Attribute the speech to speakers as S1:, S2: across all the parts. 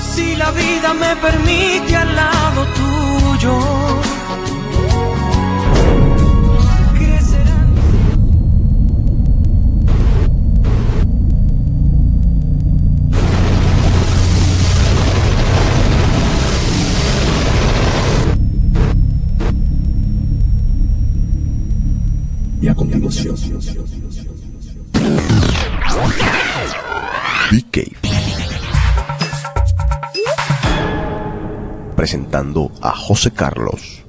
S1: Si la vida me permite al lado tuyo. crecerán.
S2: Y a continuación, Big Cave. Presentando a José Carlos.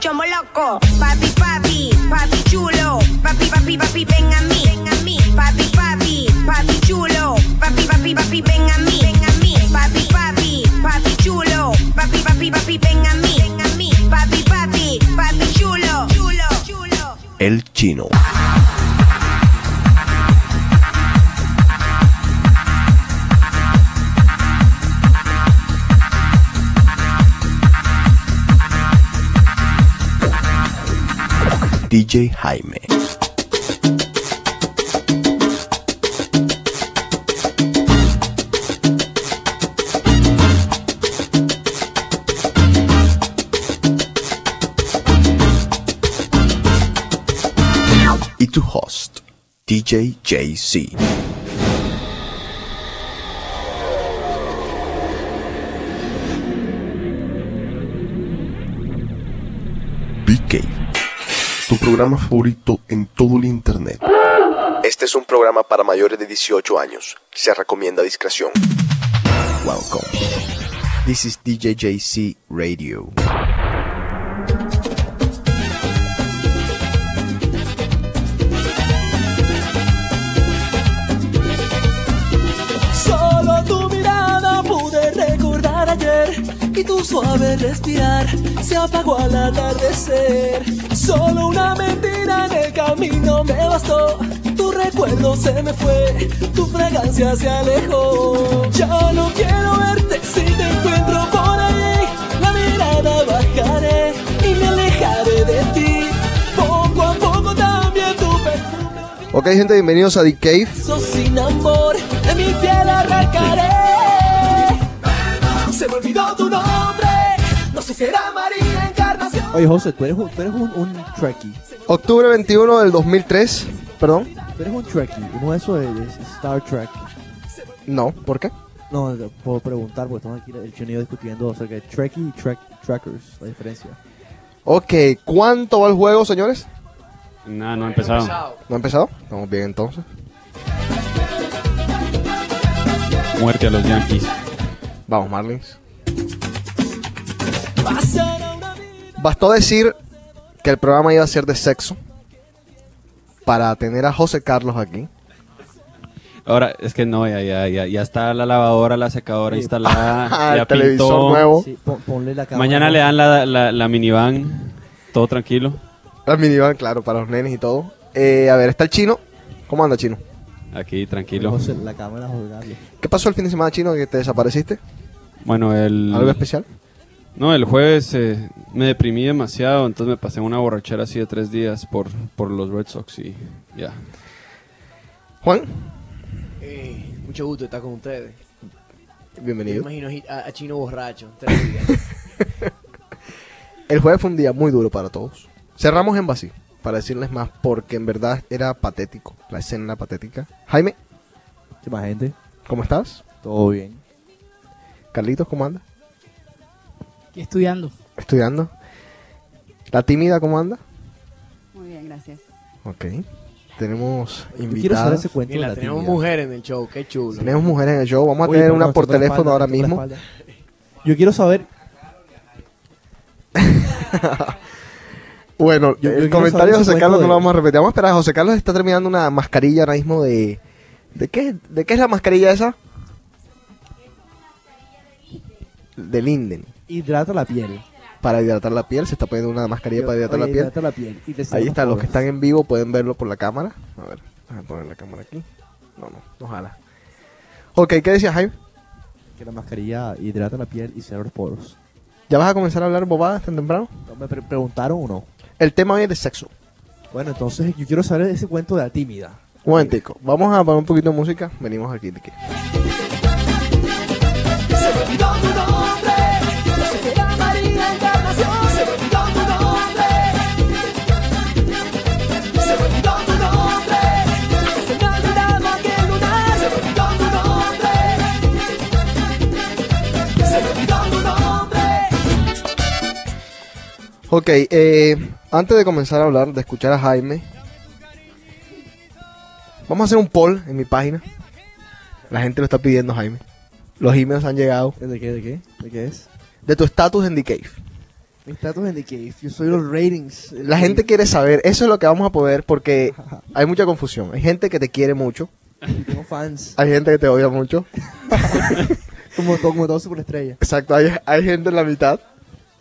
S3: Chomo loco, papi, papi, papi chulo, papi, papi, papi, ven a mí, ven a mí, papi, papi, papi chulo, papi, papi, papi, ven a mí, ven a mí, papi, papi, papi chulo, papi, papi, papi, ven a mí, ven a mí, papi, papi, papi chulo, chulo, chulo.
S2: El chino. DJ Jaime. Y tu host, DJ JC. Big Cave tu programa favorito en todo el internet. Este es un programa para mayores de 18 años. Se recomienda discreción. Welcome. This is DJJC Radio.
S4: Solo tu mirada pude recordar ayer y tu suave respirar se apagó al atardecer. Solo una mentira en el camino me bastó. Tu recuerdo se me fue, tu fragancia se alejó. Ya no quiero verte si te encuentro por ahí. La mirada bajaré y me alejaré de ti. Poco a poco también tu perfume
S5: Ok, gente, bienvenidos a The Cave.
S4: Sos sin amor, de mi piel arrancaré. Se me olvidó tu nombre, no sé si era María Encarnación.
S6: Oye, José, tú eres, un- tú eres un, un trekkie.
S5: Octubre 21 del 2003. Perdón.
S6: Tú eres un trekkie. Y no eso de, de Star Trek.
S5: No, ¿por qué?
S6: No, no, puedo preguntar porque estamos aquí el chino y yo discutiendo acerca de trekkie y trek, trackers, la diferencia.
S5: Ok, ¿cuánto va el juego, señores?
S7: No, no ha empezado.
S5: ¿No ha empezado? Estamos bien entonces.
S7: Muerte a los Yankees.
S5: Vamos, Marlins.
S4: Pasará una vida.
S5: Bastó decir que el programa iba a ser de sexo para tener a José Carlos aquí.
S7: Ahora, es que no, ya, ya, ya, ya está la lavadora, la secadora
S6: Sí.
S7: instalada.
S5: Ah, el
S7: ya
S5: televisor
S7: pintó.
S5: nuevo.
S6: Sí, pon- ponle la cámara.
S7: Mañana le dan la, la, la minivan. Todo tranquilo.
S5: El minivan, claro, para los nenes y todo. Eh, a ver, está el chino. ¿Cómo anda, chino?
S7: Aquí, tranquilo.
S6: José, la cámara jodable.
S5: ¿Qué pasó el fin de semana, chino, que te desapareciste?
S7: Bueno, el.
S5: ¿Algo especial?
S7: No, el jueves eh, me deprimí demasiado, entonces me pasé una borrachera así de tres días por, por los Red Sox y ya.
S5: Juan,
S8: Eh, mucho gusto estar con ustedes. Me
S5: bienvenido.
S8: imagino a, a Chino borracho. tres días.
S5: El jueves fue un día muy duro para todos. Cerramos en vacío, para decirles más, porque en verdad era patético, la escena era patética. Jaime,
S6: ¿Qué más gente?
S5: ¿cómo estás?
S6: Todo bien.
S5: Carlitos, ¿cómo andas?
S9: Aquí estudiando.
S5: Estudiando. ¿La tímida, cómo anda?
S9: Muy bien, gracias.
S5: Ok. Tenemos
S6: Yo quiero saber
S5: invitadas.
S6: ese cuento de
S8: Mira,
S6: la
S8: tenemos
S6: timidez.
S8: mujeres en el show, qué chulo.
S5: Tenemos mujeres en el show. Vamos a
S6: Oye,
S5: tener
S6: pero
S5: una
S6: no,
S5: por
S6: toca la
S5: teléfono
S6: espalda,
S5: ahora
S6: toca la
S5: mismo.
S6: espalda. Yo quiero saber,
S5: Bueno,
S6: Yo- yo
S5: el
S6: quiero
S5: comentario de
S6: saber ese
S5: José Carlos
S6: cuento
S5: no lo
S6: de-
S5: vamos a repetir. Vamos a esperar. José Carlos está terminando una mascarilla ahora mismo de. ¿De qué, de qué es la mascarilla esa? De Linden.
S6: hidrata la piel.
S5: para hidratar la piel. Se está poniendo una mascarilla para hidratar
S6: Oye,
S5: la piel.
S6: Hidrata la piel. Y te cierra
S5: Ahí
S6: los
S5: está, los que
S6: poros.
S5: están en vivo pueden verlo por la cámara. A ver, déjame poner la cámara aquí. No, no, no jala. Ok, ¿qué decía Jaime?
S6: Que la mascarilla hidrata la piel y cierra los poros.
S5: ¿Ya vas a comenzar a hablar bobadas tan temprano?
S6: No, ¿Me pre- preguntaron o no?
S5: El tema hoy es de sexo.
S6: Bueno, entonces yo quiero saber ese cuento de la tímida.
S5: Un momentico, vamos a poner un poquito de música. Venimos aquí, de aquí. Ok, eh, antes de comenzar a hablar, de escuchar a Jaime, vamos a hacer un poll en mi página. La gente lo está pidiendo, Jaime. Los emails han llegado.
S6: ¿De qué? ¿De qué? ¿De qué es?
S5: De tu estatus en The Cave.
S6: Mi estatus en The Cave. Yo soy los ratings.
S5: La gente quiere saber, eso es lo que vamos a poder porque hay mucha confusión. Hay gente que te quiere mucho,
S6: Tengo fans.
S5: hay gente que te odia mucho.
S6: Como, todo- como todo superestrella.
S5: Exacto, hay, hay gente en la mitad.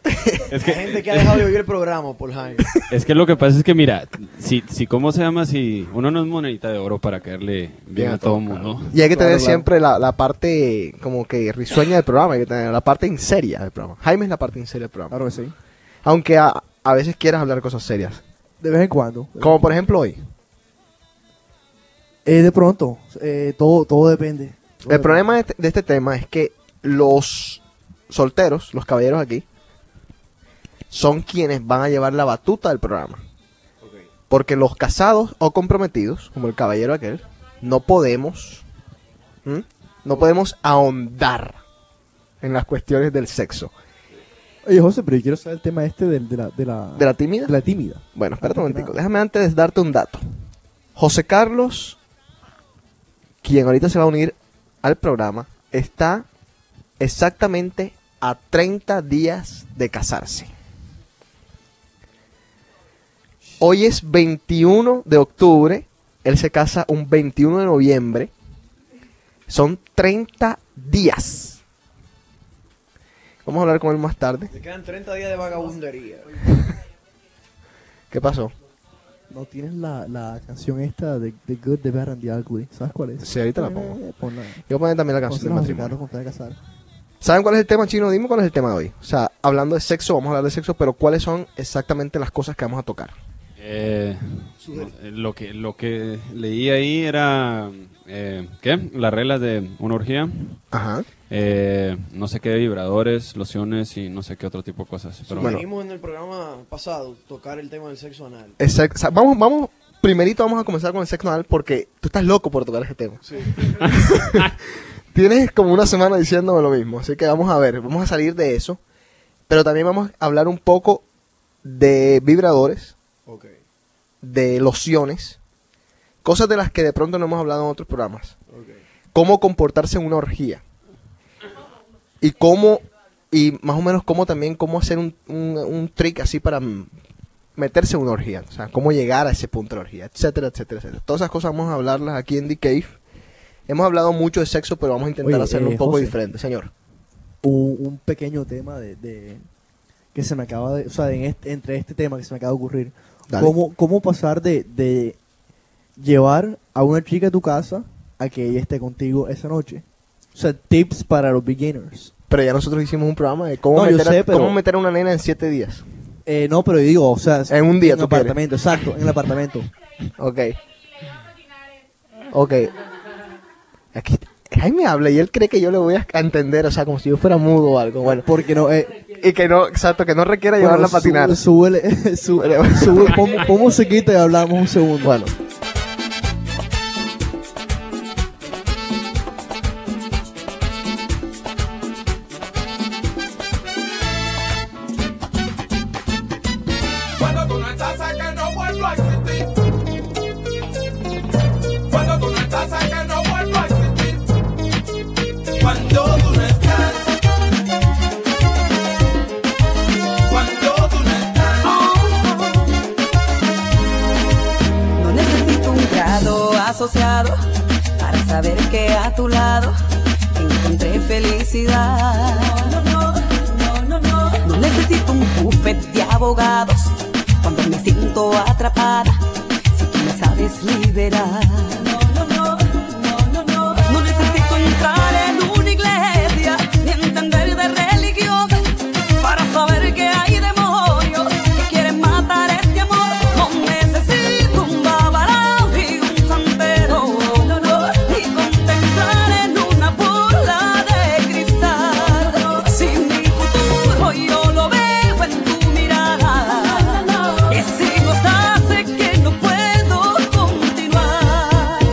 S7: Es
S8: La
S7: que,
S8: gente que ha dejado de oír el programa, Paul Jaime.
S7: es que lo que pasa es que, mira, si, si cómo se llama, si uno no es monedita de oro para caerle bien, a todo el mundo.
S5: Y hay que
S6: Claro,
S5: tener
S6: claro.
S5: siempre la, la parte como que risueña del programa, hay que tener la parte en seria del programa. Jaime es la parte en seria del programa.
S6: Claro que sí.
S5: Aunque a, a veces quieras hablar cosas serias.
S6: De vez en cuando.
S5: Como por ejemplo hoy.
S6: Eh, de pronto. Eh, todo, todo depende. Todo depende.
S5: El problema de este, de este tema es que los solteros, los caballeros aquí, son quienes van a llevar la batuta del programa. Porque los casados o comprometidos, como el caballero aquel, no podemos, ¿m? no podemos ahondar en las cuestiones del sexo.
S6: Oye, José, pero yo quiero saber el tema este del- de, la, de, la,
S5: ¿De la tímida?
S6: de la tímida. Ah,
S5: Bueno, espérate un momentico. Déjame antes darte un dato. José Carlos, quien ahorita se va a unir al programa, está exactamente a 30 días de casarse. Hoy es 21 de octubre. Él se casa un 21 de noviembre. Son 30 días. Vamos a hablar con él más tarde.
S8: Te quedan 30 días de vagabundería.
S5: ¿Qué pasó?
S6: No tienes la, la canción esta de The Good, The Bad and the Ugly. ¿Sabes cuál es?
S5: Sí, ahorita la pongo.
S6: Eh, ponla.
S5: Yo voy a poner también la
S6: Ponla,
S5: canción del
S6: José
S5: matrimonio.
S6: Carlos, cuando te vas a casar.
S5: ¿Saben cuál es el tema, Chino? Dime cuál es el tema de hoy. O sea, hablando de sexo, vamos a hablar de sexo, pero ¿cuáles son exactamente las cosas que vamos a tocar?
S7: Eh, lo, que, lo que leí ahí era, eh, ¿qué? Las reglas de una orgía.
S5: Ajá.
S7: eh, no sé qué vibradores, lociones y no sé qué otro tipo de cosas. Pero
S5: Bueno.
S8: Venimos en el programa pasado tocar el tema del sexo anal.
S5: Exacto. O sea, vamos, vamos, primerito vamos a comenzar con el sexo anal porque tú estás loco por tocar ese tema.
S8: Sí.
S5: Tienes como una semana diciéndome lo mismo, así que vamos a ver, vamos a salir de eso, pero también vamos a hablar un poco de vibradores,
S8: Ok.
S5: de lociones, cosas de las que de pronto no hemos hablado en otros programas.
S8: Ok.
S5: cómo comportarse en una orgía y cómo y más o menos cómo también cómo hacer un, un- un trick así para mm, meterse en una orgía o sea cómo llegar a ese punto de la orgía etcétera etcétera etcétera todas esas cosas vamos a hablarlas aquí en The Cave hemos hablado mucho de sexo pero vamos a intentar
S6: Oye,
S5: hacerlo
S6: eh,
S5: un poco
S6: José.
S5: diferente señor
S6: un, un pequeño tema de, de- que se me acaba de, o sea, en este- entre este tema que se me acaba de ocurrir,
S5: Dale.
S6: cómo, cómo pasar de, de llevar a una chica a tu casa a que ella esté contigo esa noche. O sea, tips para los beginners.
S5: pero ya nosotros hicimos un programa de cómo,
S6: No, yo
S5: meter, a,
S6: sé, pero-
S5: cómo meter a una nena en siete días
S6: Eh, no, pero yo digo, o sea,
S5: En un día,
S6: en el
S5: tú quieres.
S6: apartamento, exacto, en el apartamento.
S5: ok ok aquí Jaime habla y él cree que yo le voy a entender o sea como si yo fuera mudo o algo bueno
S6: Porque no, eh,
S5: Y que no, exacto, que no requiera
S6: bueno,
S5: llevarla a patinar.
S6: su- Súbele, súbele, súbele, pon, pon musiquita y hablamos un segundo. Bueno.
S10: Cuando tú no estás, sé que no vuelvo a existir. Cuando tú no estás, sé que no vuelvo a existir. Cuando tú no estás. Cuando tú no estás.
S1: No necesito un grado asociado para saber que a tu lado encontré felicidad. No, no, no, no, no. No necesito un buffet de abogados cuando me siento atrapada. Si tú me sabes liberar. No, no, no, no, no, no. No necesito entrar en una iglesia ni entender de religión para saber que hay demonios que quieren matar este amor. No necesito un babalao y un santero ni contemplar en una bola de cristal. Si mi futuro yo lo veo en tu mirada y si no estás sé que no puedo continuar.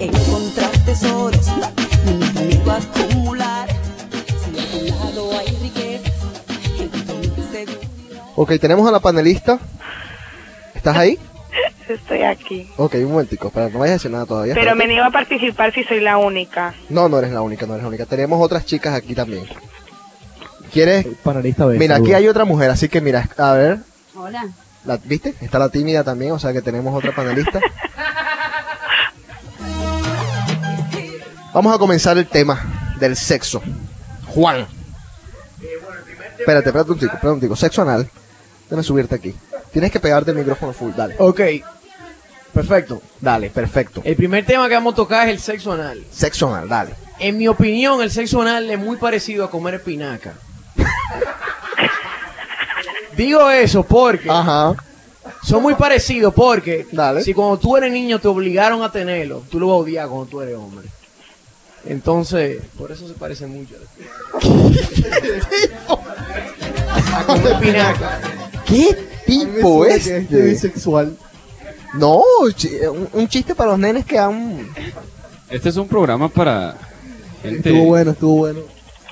S1: encontrar tesoros, ni mi camino a acumular. Si a tu lado hay riquezas, encuentro mi seguridad.
S5: Ok, tenemos a la panelista. ¿Estás ahí?
S11: Estoy aquí.
S5: Ok, un momentico. Espera, no vayas a decir nada todavía.
S11: Pero me
S5: espérate.
S11: niego a participar si soy la única.
S5: No, no eres la única, no eres la única. Tenemos otras chicas aquí también. ¿Quieres?
S6: Panelista B.
S5: Mira, aquí
S6: saluda.
S5: hay otra mujer, así que mira, a ver,
S9: Hola.
S5: la, ¿viste? Está la tímida también, o sea que tenemos otra panelista. Vamos a comenzar el tema del sexo. Juan. Espérate, espérate un tico, espérate un tico. Sexo anal. Déjame subirte aquí. Tienes que pegarte el micrófono full, dale.
S8: Ok. Perfecto.
S5: Dale, perfecto.
S8: El primer tema que vamos a tocar es el sexo anal.
S5: Sexo anal, dale.
S8: En mi opinión, el sexo anal es muy parecido a comer espinaca. Digo eso porque
S5: Ajá.
S8: son muy parecidos porque
S5: Dale.
S8: si cuando tú eres niño te obligaron a tenerlo, tú lo vas a odiar cuando tú eres hombre. Entonces, por eso se parece mucho. a comer espinaca.
S5: ¿Qué
S6: Suena
S5: tipo
S6: que este
S5: este?
S6: bisexual.
S5: No, chi- un, un chiste para los nenes que han...
S7: Este es un programa para gente.
S6: Estuvo bueno, estuvo bueno.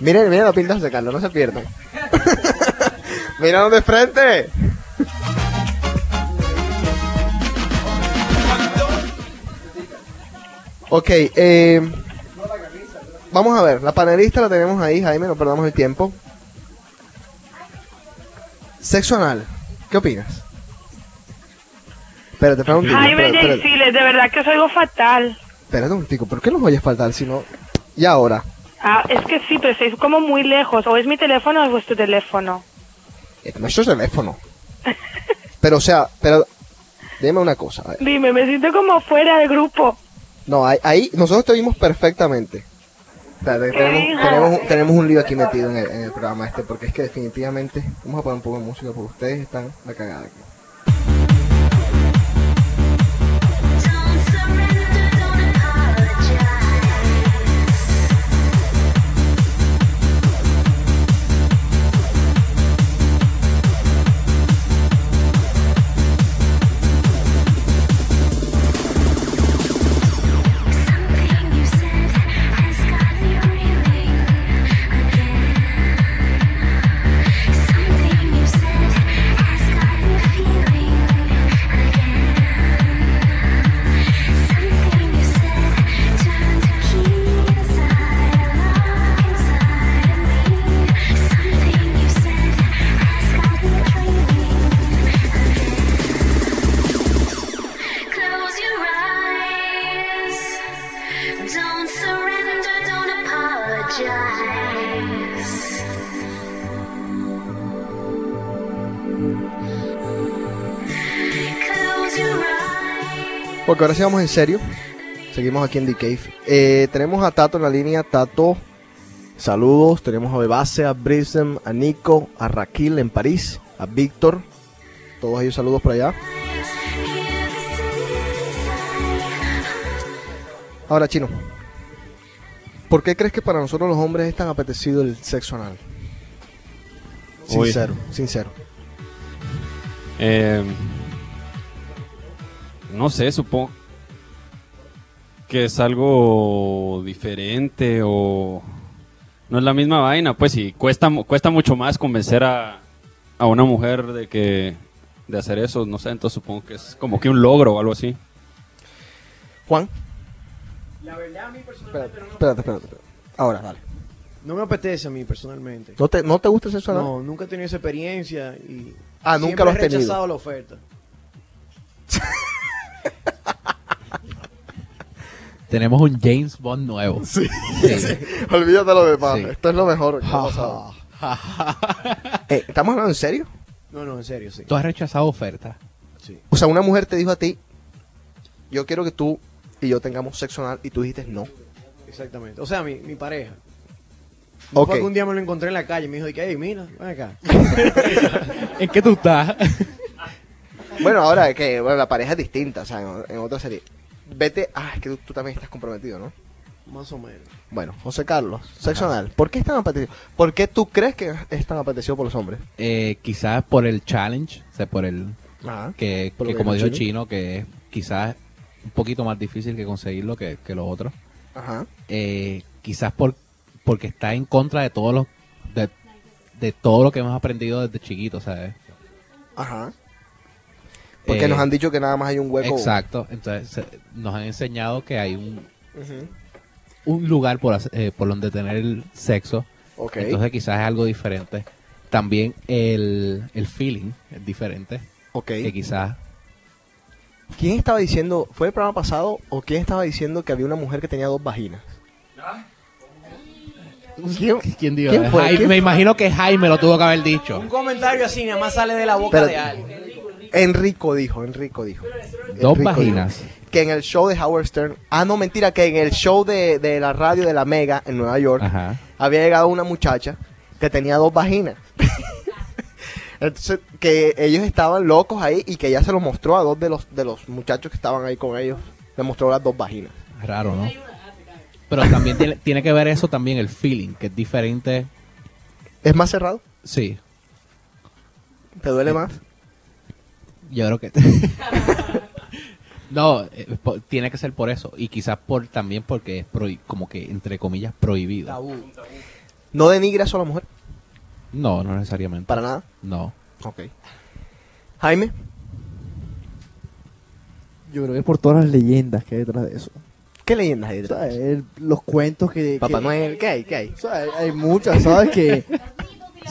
S5: Miren, miren la pinta de Carlos, no se pierdan. Míranos de frente. ok, eh, vamos a ver, la panelista la tenemos ahí, Jaime, no perdamos el tiempo. Sexo anal, ¿qué opinas? Espérate, espérate un tico.
S11: Ay,
S5: espérate,
S11: Bella y
S5: espérate.
S11: Siles, de verdad que os oigo fatal.
S5: Espérate un tico, ¿por qué nos voy a faltar si no? Y ahora,
S11: Ah, es que sí, pero estáis como muy lejos. O es mi teléfono o es vuestro teléfono.
S5: es nuestro teléfono. Pero, o sea, pero, dime una cosa, a ver.
S11: Dime, me siento como fuera del grupo.
S5: No, ahí, ahí nosotros te oímos perfectamente. Espérate, que
S11: ¿Qué
S5: tenemos,
S11: dijo?
S5: tenemos un- tenemos un lío aquí metido en el, en el programa este, porque es que definitivamente vamos a poner un poco de música porque ustedes están la cagada aquí.
S12: Close your eyes. Don't surrender, don't apologize. Close your eyes.
S5: Porque ahora sí vamos en serio. Seguimos aquí en The Cave. Eh, tenemos a Tato en la línea. Tato, saludos. Tenemos a Bebase, a Brisem, a Nico, a Raquel en París, a Víctor. Todos ellos saludos por allá. Ahora, Chino. ¿Por qué crees que para nosotros los hombres es tan apetecido el sexo anal?
S7: Uy.
S5: Sincero, sincero.
S7: Eh, no sé, supongo que es algo diferente o no es la misma vaina, pues sí, cuesta mu- cuesta mucho más convencer a, a una mujer de que de hacer eso, no sé, entonces supongo que es como que un logro o algo así.
S5: Juan. La verdad, Espérate, espérate, espérate. Ahora, dale.
S8: No me apetece a mí personalmente.
S5: ¿No te, no te gusta el sexo anal?
S8: No, nunca he tenido esa experiencia y
S5: Ah,
S8: siempre
S5: nunca lo has
S8: he
S5: tenido.
S8: rechazado la oferta.
S13: Tenemos un James Bond nuevo.
S5: Sí. Olvídate lo demás.
S13: Sí.
S5: Esto es lo mejor que ha pasado. Eh, ¿Estamos hablando en serio?
S8: No, no, en serio, sí.
S13: Tú has rechazado ofertas.
S5: O sea, una mujer te dijo a ti, yo quiero que tú y yo tengamos sexo anal y tú dijiste no.
S8: Exactamente. O sea, mi, mi pareja.
S5: Ok.
S8: Fue que un día me lo encontré en la calle y me dijo, de que, hey, mira, ven acá.
S13: ¿En qué tú estás?
S5: Bueno, ahora es que bueno, la pareja es distinta, o sea, en, en otra serie. Vete, ah, es que tú, tú también estás comprometido, ¿no?
S8: Más o menos.
S5: Bueno, José Carlos, sexo anal. ¿Por qué es tan apetecido? ¿Por qué tú crees que es tan apetecido por los hombres?
S13: Eh, quizás por el challenge, o sea, por el
S5: Ah,
S13: que,
S5: Por lo
S13: que
S5: que
S13: como
S5: dijo
S13: dijo Chino, que es quizás un poquito más difícil que conseguirlo que, que los otros.
S5: Ajá.
S13: Eh, quizás por, porque está en contra de todos los de, de todo lo que hemos aprendido desde chiquito, ¿sabes?
S5: Ajá. Porque
S13: Eh,
S5: nos han dicho que nada más hay un hueco.
S13: Exacto. Entonces se- nos han enseñado que hay un,
S5: Ujú.
S13: un lugar por, hace- eh, por donde tener el sexo.
S5: Ok.
S13: Entonces quizás es algo diferente. También el, el feeling es diferente.
S5: Ok.
S13: Que quizás...
S5: ¿Quién estaba diciendo, fue el programa pasado, o quién estaba diciendo que había una mujer que tenía dos vaginas? ¿Quién,
S13: ¿Quién dijo?
S5: ¿Quién fue?
S13: Jaime-
S5: ¿Quién
S13: Me
S5: fue?
S13: imagino que Jaime lo tuvo que haber dicho.
S8: Un comentario así nada más sale de la boca
S5: Espérate.
S8: de alguien.
S5: Enrico dijo, Enrico dijo.
S13: Dos
S5: Enrico
S13: vaginas.
S5: dijo que en el show de Howard Stern, ah, no, mentira, que en el show de, de la radio de la Mega en Nueva York,
S13: Ajá.
S5: había llegado una muchacha que tenía dos vaginas. Entonces, que ellos estaban locos ahí y que ella se los mostró a dos de los, de los muchachos que estaban ahí con ellos. Le mostró las dos vaginas.
S13: Raro, ¿no? Pero también tiene, tiene que ver eso también, el feeling, que es diferente.
S5: ¿Es más cerrado?
S13: Sí,
S5: ¿Te duele más?
S13: yo creo que... no, eh, po- tiene que ser por eso. Y quizás por también porque es prohi- como que, entre comillas, prohibido.
S8: Tabú.
S5: ¿No denigra eso a la mujer?
S13: No, no necesariamente.
S5: Para nada.
S13: No.
S5: Ok. Jaime,
S6: Yo creo que es por todas las leyendas que hay detrás de eso.
S5: ¿qué leyendas hay
S6: O
S5: detrás?
S6: sea, el- los cuentos que...
S5: Papá
S6: que-
S5: Noel, ¿qué hay? ¿Qué hay?
S6: O sea, hay, hay muchas, ¿sabes? Que,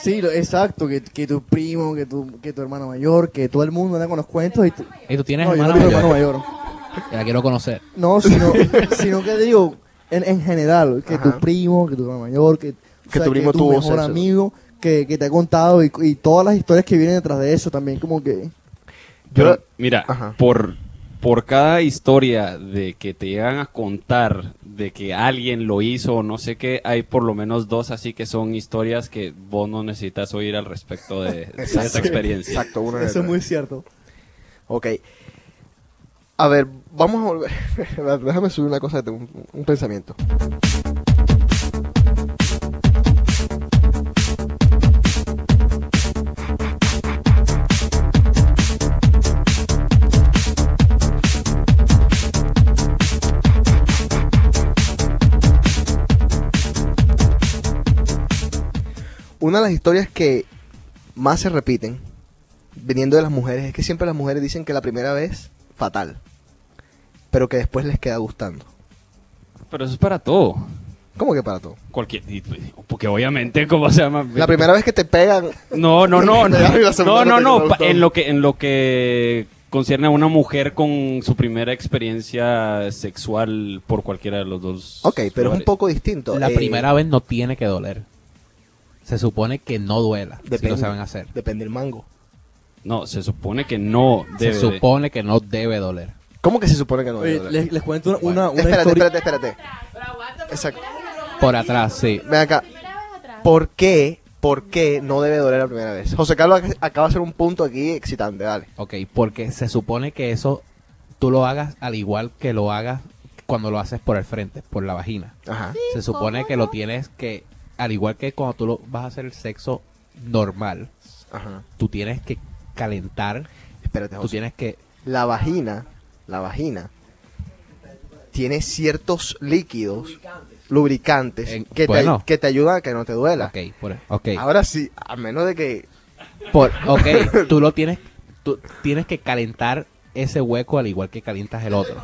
S6: sí, lo- exacto, que, que tu primo, que tu, que tu hermano mayor, que todo el mundo anda con los cuentos. Y tú-
S13: ¿Y tú tienes
S6: no, yo no
S13: hermana
S6: tengo
S13: mayor?
S6: hermano mayor.
S13: La quiero conocer.
S6: No, sino, sino que digo, en, en general, que
S5: Ajá.
S6: tu primo, que tu hermano mayor, que, o
S5: Que tu primo tuvo
S6: mejor
S5: sexo.
S6: amigo, que, que te ha contado y, y todas las historias que vienen detrás de eso también, como que...
S7: Pero,
S5: Yo-
S7: mira,
S5: Ajá.
S7: por, por cada historia de que te llegan a contar de que alguien lo hizo o no sé qué, hay por lo menos dos así que son historias que vos no necesitas oír al respecto de, de esa experiencia.
S5: Exacto, una de
S6: Eso es
S5: las-
S6: muy cierto.
S5: Ok. A ver, vamos a volver. Espérate, Déjame subir una cosa, que tengo un, un pensamiento. Una de las historias que más se repiten viniendo de las mujeres es que siempre las mujeres dicen que la primera vez fatal, pero que después les queda gustando.
S7: Pero eso es para todo.
S5: ¿Cómo que para todo?
S7: Cualquier, y- pues, porque obviamente, ¿cómo se llama?
S5: La primera vez que te pegan,
S7: No, no, no.
S5: La segunda
S7: No, no,
S5: te
S7: no.
S5: quedó
S7: pa-
S5: todo.
S7: En lo que, en lo que concierne a una mujer con su primera experiencia sexual por cualquiera de los dos.
S5: ok, pero es un
S7: lugares.
S5: poco distinto.
S13: La
S5: Eh,
S13: primera vez no tiene que doler. Se supone que no duela si
S5: depende,
S13: lo saben hacer.
S5: Depende del mango.
S7: No, se supone que no debe.
S13: Se supone que no debe doler.
S5: ¿Cómo que se supone que no?
S6: Oye,
S5: Espérate,
S6: les, les cuento una, una
S5: espérate,
S6: historia...
S5: espérate, espérate. Exacto.
S13: Por atrás, sí.
S5: Ven acá. ¿Por qué? ¿Por qué no debe doler la primera vez? José Carlos ac- acaba de hacer un punto aquí excitante, dale.
S13: Ok, porque se supone que eso tú lo hagas al igual que lo hagas cuando lo haces por el frente, por la vagina.
S5: Ajá.
S13: Se supone que lo tienes que, al igual que cuando tú lo vas a hacer el sexo normal,
S5: Ajá.
S13: tú tienes que calentar,
S5: Espérate,
S13: tú
S5: José.
S13: tienes que...
S5: la vagina, la vagina, tiene ciertos líquidos lubricantes
S13: Eh,
S5: que,
S13: bueno.
S5: te, que te ayudan a que no te duela.
S13: Ok, por, ok.
S5: Ahora sí, a menos de que...
S13: Por- ok, tú lo tienes, tú tienes que calentar ese hueco al igual que calientas el otro.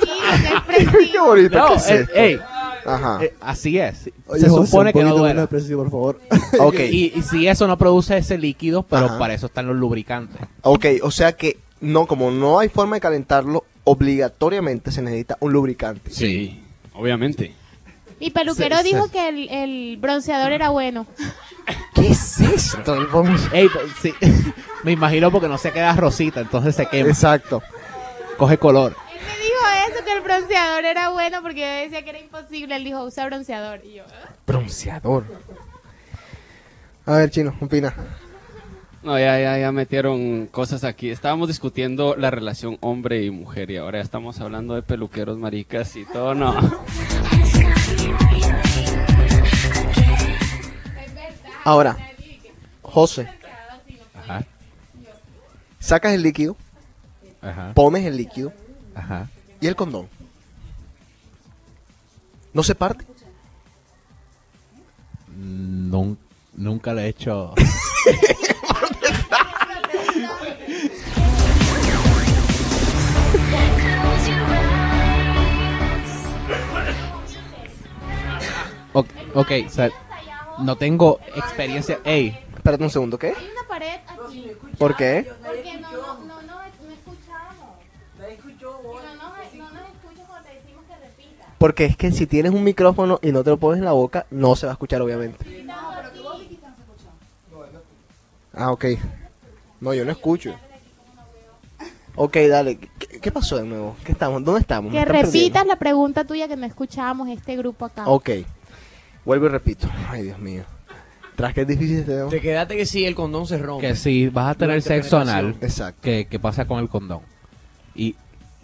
S5: ¡Qué bonito!
S13: No,
S5: ¿qué es
S13: eh,
S5: esto?
S13: ey,
S5: Ajá.
S13: eh, así es.
S6: Oye,
S13: se
S6: José,
S13: supone
S6: un
S13: que no
S6: poquito menos
S13: duela.
S6: de precio, por favor.
S5: ok,
S13: Y, y si eso no produce ese líquido, pero
S5: Ajá.
S13: para eso están los lubricantes.
S5: ok, o sea que no, como no hay forma de calentarlo, obligatoriamente se necesita un lubricante.
S7: Sí, obviamente.
S14: Mi peluquero
S13: Se- se-
S14: dijo que el, el bronceador era bueno.
S5: ¿Qué es esto? Vamos-
S13: Ey, pues, sí. Me imagino porque no se queda rosita, entonces se quema,
S5: Exacto.
S13: coge color.
S14: Él me dijo eso, que el bronceador era bueno porque yo decía que era imposible. Él dijo, usa bronceador. Y yo, "Ah".
S5: Bronceador. A ver, Chino, opina.
S7: No, ya, ya, ya metieron cosas aquí. Estábamos discutiendo la relación hombre y mujer y ahora ya estamos hablando de peluqueros, maricas y todo, no.
S5: Ahora, José, sacas el líquido,
S13: Ajá.
S5: pones el líquido
S13: Ajá.
S5: y el condón. ¿No se parte?
S13: Nun- nunca le he hecho. ok, ok, o sea, no tengo experiencia. Ey,
S5: espérate un segundo, ¿qué?
S14: Hay una pared aquí.
S5: ¿Por qué?
S14: Porque no, no, no, no, no escuchamos. No, no, no nos escuchas cuando te decimos que repita.
S5: Porque es que si tienes un micrófono y no te lo pones en la boca, no se va a escuchar, obviamente. Ah, ok. No, yo no escucho. Ok, dale. ¿Qué, qué pasó de nuevo? ¿Qué estamos? ¿Dónde estamos? Me
S14: Que
S5: están perdiendo.
S14: repitas la pregunta tuya que no escuchábamos este grupo acá.
S5: Ok. Vuelvo y repito. Ay, Dios mío. Tras que es difícil este tema.
S8: Te quedaste que si el condón se rompe.
S13: que si vas a tener
S8: Durante
S13: sexo
S8: penetración.
S13: anal,
S5: Exacto.
S13: ¿qué, qué pasa con el condón? Y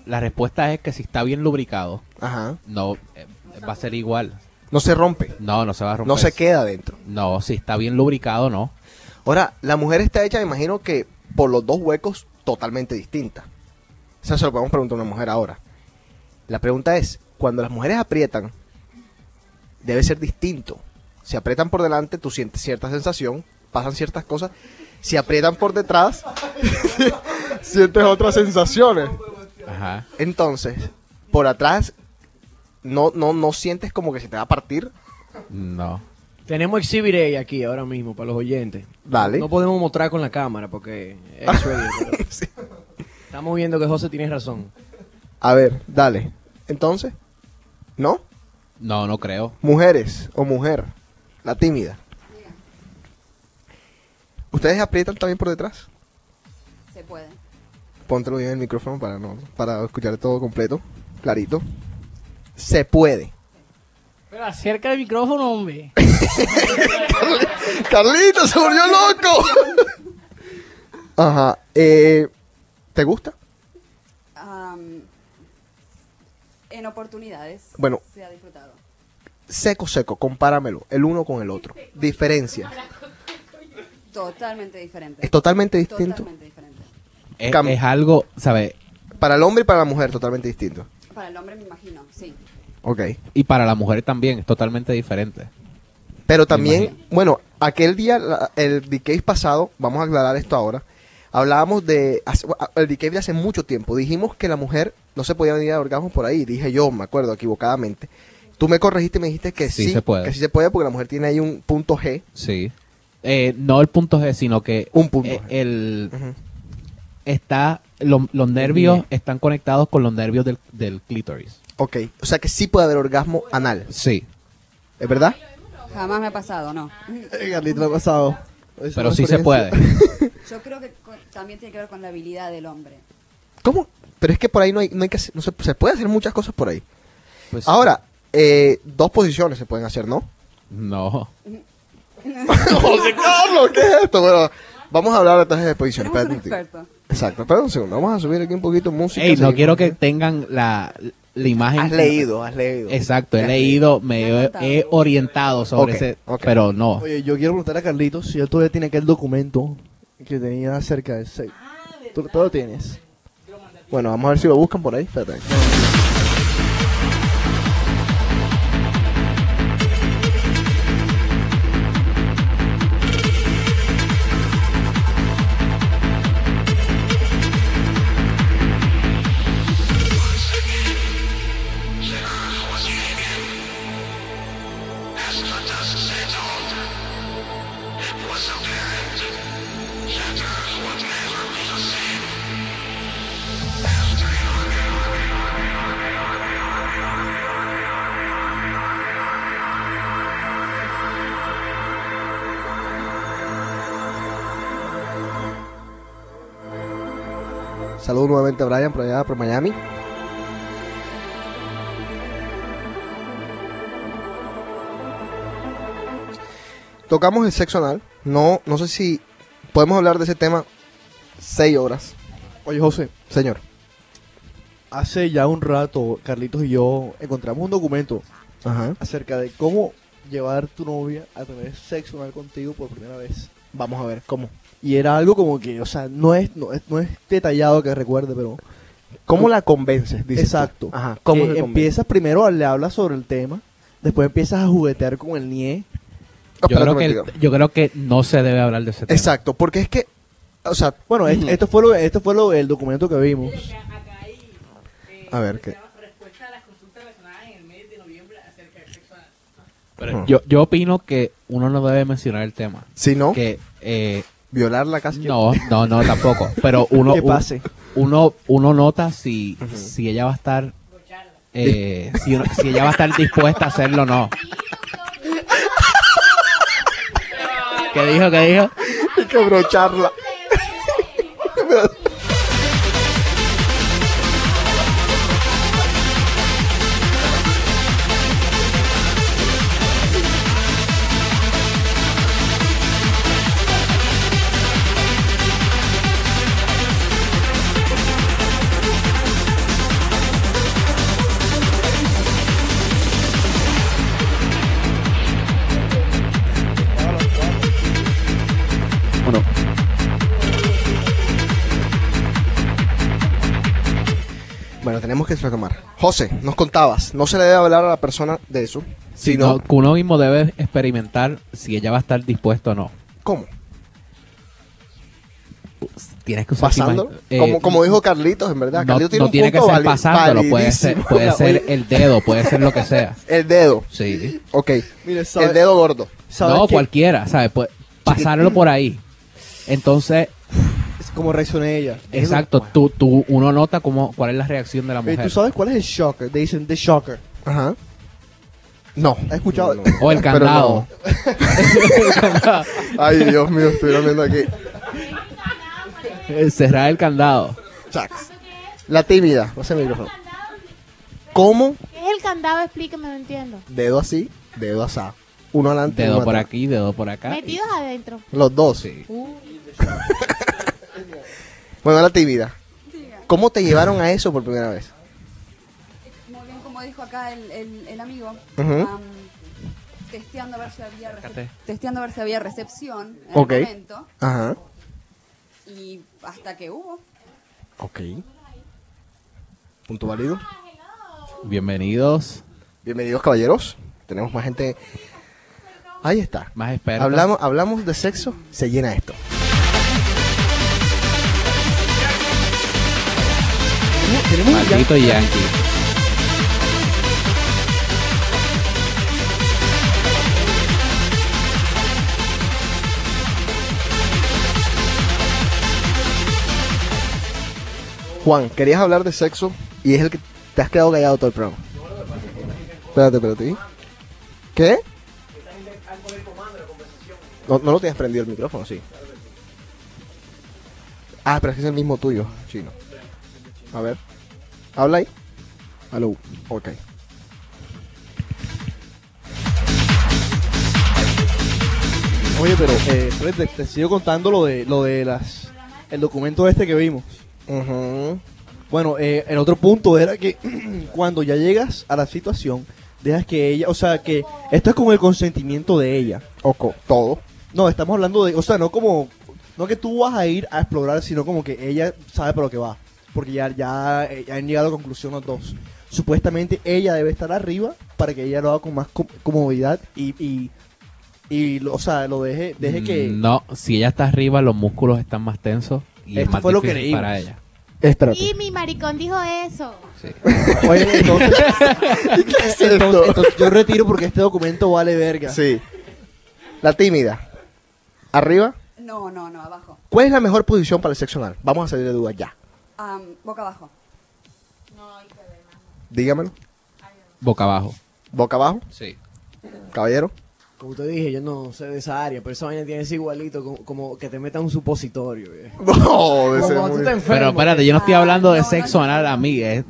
S13: la respuesta es que si está bien lubricado,
S5: Ajá.
S13: no eh, va a ser igual.
S5: No se rompe.
S13: No, no se va a romper.
S5: No se queda dentro.
S13: pues. No, si está bien lubricado, no.
S5: Ahora, la mujer está hecha, me imagino que por los dos huecos totalmente distintas. O sea, se lo podemos preguntar a una mujer ahora. La pregunta es, cuando las mujeres aprietan, debe ser distinto. Si aprietan por delante, tú sientes cierta sensación, pasan ciertas cosas. Si aprietan por detrás, sientes otras sensaciones.
S13: Ajá.
S5: Entonces, por atrás, no, no, no sientes como que se te va a partir.
S13: No.
S8: Tenemos Exhibit A aquí ahora mismo para los oyentes.
S5: Dale.
S8: No podemos mostrar con la cámara porque es X-ray, pero Estamos viendo que José tiene razón.
S5: A ver, dale. Entonces, ¿no?
S13: No, no creo.
S5: Mujeres o mujer, la tímida. ¿Ustedes aprietan también por detrás?
S9: Se puede.
S5: Póntelo bien en el micrófono para no para escuchar todo completo, clarito. Se puede.
S15: Pero acerca del micrófono, hombre.
S5: Carlito se volvió loco. Ajá. eh, ¿Te gusta?
S9: Am, en oportunidades.
S5: Bueno.
S9: Se ha disfrutado.
S5: Seco, seco, compáramelo, el uno con el otro. Diferencias.
S9: Totalmente diferente.
S5: Es totalmente distinto.
S9: Totalmente diferente.
S13: Es,
S5: Cam-
S13: es algo, ¿sabes?
S5: Para el hombre y para la mujer, totalmente distinto.
S9: Para el hombre me imagino, sí.
S5: Ok.
S13: Y para la mujer también, es totalmente diferente.
S5: Pero también, bueno, aquel día, la- el decay pasado, vamos a aclarar esto ahora, hablábamos de, hace- el decay de hace mucho tiempo, dijimos que la mujer no se podía venir a orgasmo por ahí, dije yo, me acuerdo, equivocadamente. Tú me corregiste y me dijiste que sí,
S13: Sí se puede.
S5: que sí se puede porque la mujer tiene ahí un punto G.
S13: Sí. Eh, no el punto G, sino que.
S5: Un punto
S13: eh, El. Está. lo- los nervios están conectados con los nervios del, del clítoris.
S5: Ok, o sea que sí puede haber orgasmo anal,
S13: Sí.
S5: ¿es verdad?
S9: Jamás me ha pasado, no.
S5: Carlito, ha pasado.
S13: Pero sí se puede.
S9: Yo creo que co- también tiene que ver con la habilidad del hombre.
S5: ¿Cómo? Pero es que por ahí no hay, no hay que hacer- no se, se puede hacer muchas cosas por ahí.
S13: Pues-
S5: Ahora, eh, dos posiciones se pueden hacer, ¿no?
S13: No.
S5: José Carlos, ¿qué es esto? Bueno, vamos a hablar de trajes de exposición.
S9: Tenemos
S5: Espérate
S9: un
S5: un tico.
S9: experto.
S5: Exacto, espera un segundo. Vamos a subir aquí un poquito de música.
S13: Ey, no
S5: Seguimos.
S13: quiero que tengan la, la imagen.
S5: Has leído, has leído.
S13: Exacto, he leído, me he, he orientado sobre
S5: Ok,
S13: ese.
S5: ok.
S13: Pero no.
S6: Oye, yo quiero preguntar a Carlitos si él todavía tiene aquel documento que tenía acerca del sexo.
S5: Ah,
S6: ¿Tú, tú lo tienes?
S5: Bueno, vamos a ver si lo buscan por ahí. Espérate. Saludos nuevamente a Brian por allá, por Miami. Tocamos el sexo anal. No, no sé si podemos hablar de ese tema seis horas.
S6: Oye, José,
S5: Señor.
S6: hace ya un rato Carlitos y yo encontramos un documento
S5: Ajá.
S6: acerca de cómo llevar tu novia a tener sexo anal contigo por primera vez.
S5: Vamos a ver, ¿cómo?
S6: Y era algo como que, o sea, no es, no es, no es detallado que recuerde, pero...
S5: ¿Cómo la convences? dices tú?
S6: Exacto. Eh,
S5: Ajá,
S6: Que
S5: ¿cómo se convence?
S6: empiezas primero, a- le hablas sobre el tema, después empiezas a juguetear con el NIE.
S13: Yo creo, que, yo creo que no se debe hablar de ese tema.
S5: Exacto, porque es que, o sea,
S6: bueno, es- esto fue, lo, esto fue lo, el documento que vimos.
S5: a ver, ¿qué?
S13: Pero yo, yo opino que uno no debe mencionar el tema.
S5: Si no,
S13: que, eh,
S5: violar la casa.
S13: No, no, no, tampoco. Pero uno,
S5: Que
S13: un-
S5: pase.
S13: uno, uno nota si, si ella va a estar, eh, si, si ella va a estar dispuesta a hacerlo o no. ¿Qué dijo? ¿Qué dijo?
S5: Hay que brocharla.
S7: Bueno.
S5: Bueno, tenemos que retomar. José, nos contabas, no se le debe hablar a la persona de eso,
S13: Si
S5: sino,
S13: no, que uno mismo debe experimentar si ella va a estar dispuesta o no.
S5: ¿cómo?
S13: Tienes que usar tu
S5: Pasándolo.
S13: imagin- eh,
S5: como, como dijo Carlitos, en verdad.
S13: no,
S5: Carlitos tiene
S13: no
S5: un
S13: tiene que
S5: punto
S13: ser
S5: vali-
S13: pasándolo, puede ser,
S5: validísimo.
S13: puede ser el dedo, puede ser lo que sea.
S5: El dedo.
S13: Sí.
S5: Ok.
S6: Mire, sabe-
S5: el dedo gordo.
S13: No, cualquiera, ¿sabes? Pues, pasarlo por ahí. Entonces,
S6: Es como reacciona ella.
S13: exacto, tú, tú, uno nota cómo, cuál es la reacción de la
S6: Eh, ¿Tú
S13: mujer.
S6: sabes cuál es el shocker? Te dicen The Shocker.
S5: Ajá. No.
S6: ¿Has escuchado?
S13: O el
S5: Pero
S13: candado.
S5: Ay, Dios mío, estoy viendo aquí.
S13: Eh, Cerrar el candado.
S5: Chax. La tímida. No sé el micrófono. ¿Cómo?
S14: ¿Qué es el candado? Explícame, no entiendo.
S5: Dedo así, dedo asá. Uno adelante.
S13: Dedo
S5: uno
S13: por
S5: atrás.
S13: aquí, dedo por acá. y-
S14: Metidos adentro.
S5: Los dos.
S14: Uh.
S5: Bueno, la tímida. ¿Cómo te llevaron a eso por primera vez?
S9: Muy bien, como dijo acá el, el- el amigo,
S5: Ujú.
S9: am, testeando, a ver si había recep- testeando a ver si había recepción en
S5: Ok.
S9: el momento,
S5: Ajá.
S9: y hasta que hubo.
S5: Ok. Punto válido.
S13: Bienvenidos.
S5: Bienvenidos, caballeros. Tenemos más gente. Ahí está.
S13: Más expertos.
S5: Hablamos, hablamos de sexo, se llena esto.
S13: Maldito Yankee.
S5: Juan, querías hablar de sexo y es el que te has quedado callado todo el programa. Espérate, espérate. ¿Qué? No, no lo tienes prendido el micrófono, sí. Ah, pero es que es el mismo tuyo, chino. A ver. Habla ahí. Aló. Ok.
S6: Oye, pero eh, Fred, te, te sigo contando lo de lo de las el documento este que vimos. Bueno, eh, el otro punto era que cuando ya llegas a la situación, dejas que ella, o sea, que esto es con el consentimiento de ella.
S5: O co- todo.
S6: No, estamos hablando de, o sea, no como no que tú vas a ir a explorar, sino como que ella sabe para lo que va, porque ya ya, eh, ya han llegado a conclusión los dos. Supuestamente ella debe estar arriba para que ella lo haga con más com- comodidad y, y y lo- o sea, lo deje deje que
S13: No, si ella está arriba, los músculos están más tensos y es
S6: Esto
S13: más
S6: fue lo que
S13: difícil
S6: leímos.
S13: para ella.
S5: Espérate.
S14: Y mi maricón dijo eso.
S6: Oye, entonces, entonces- entonces yo retiro porque este documento vale verga.
S5: Sí. La tímida. Arriba.
S9: No, no, no, abajo.
S5: ¿Cuál es la mejor posición para el sexo anal? Vamos a salir de dudas ya.
S9: Am, boca abajo.
S5: Dígamelo.
S13: Boca abajo.
S5: Boca abajo.
S13: Sí.
S5: Caballero.
S8: Como te dije, yo no sé de esa área, pero esa vaina tiene ese igualito como, como que te metan un supositorio. viejo.
S5: No,
S8: Como cuando tú te
S13: Pero
S8: enfermas.
S13: espérate, yo no
S6: Ah.
S13: estoy hablando de sexo anal a mí, es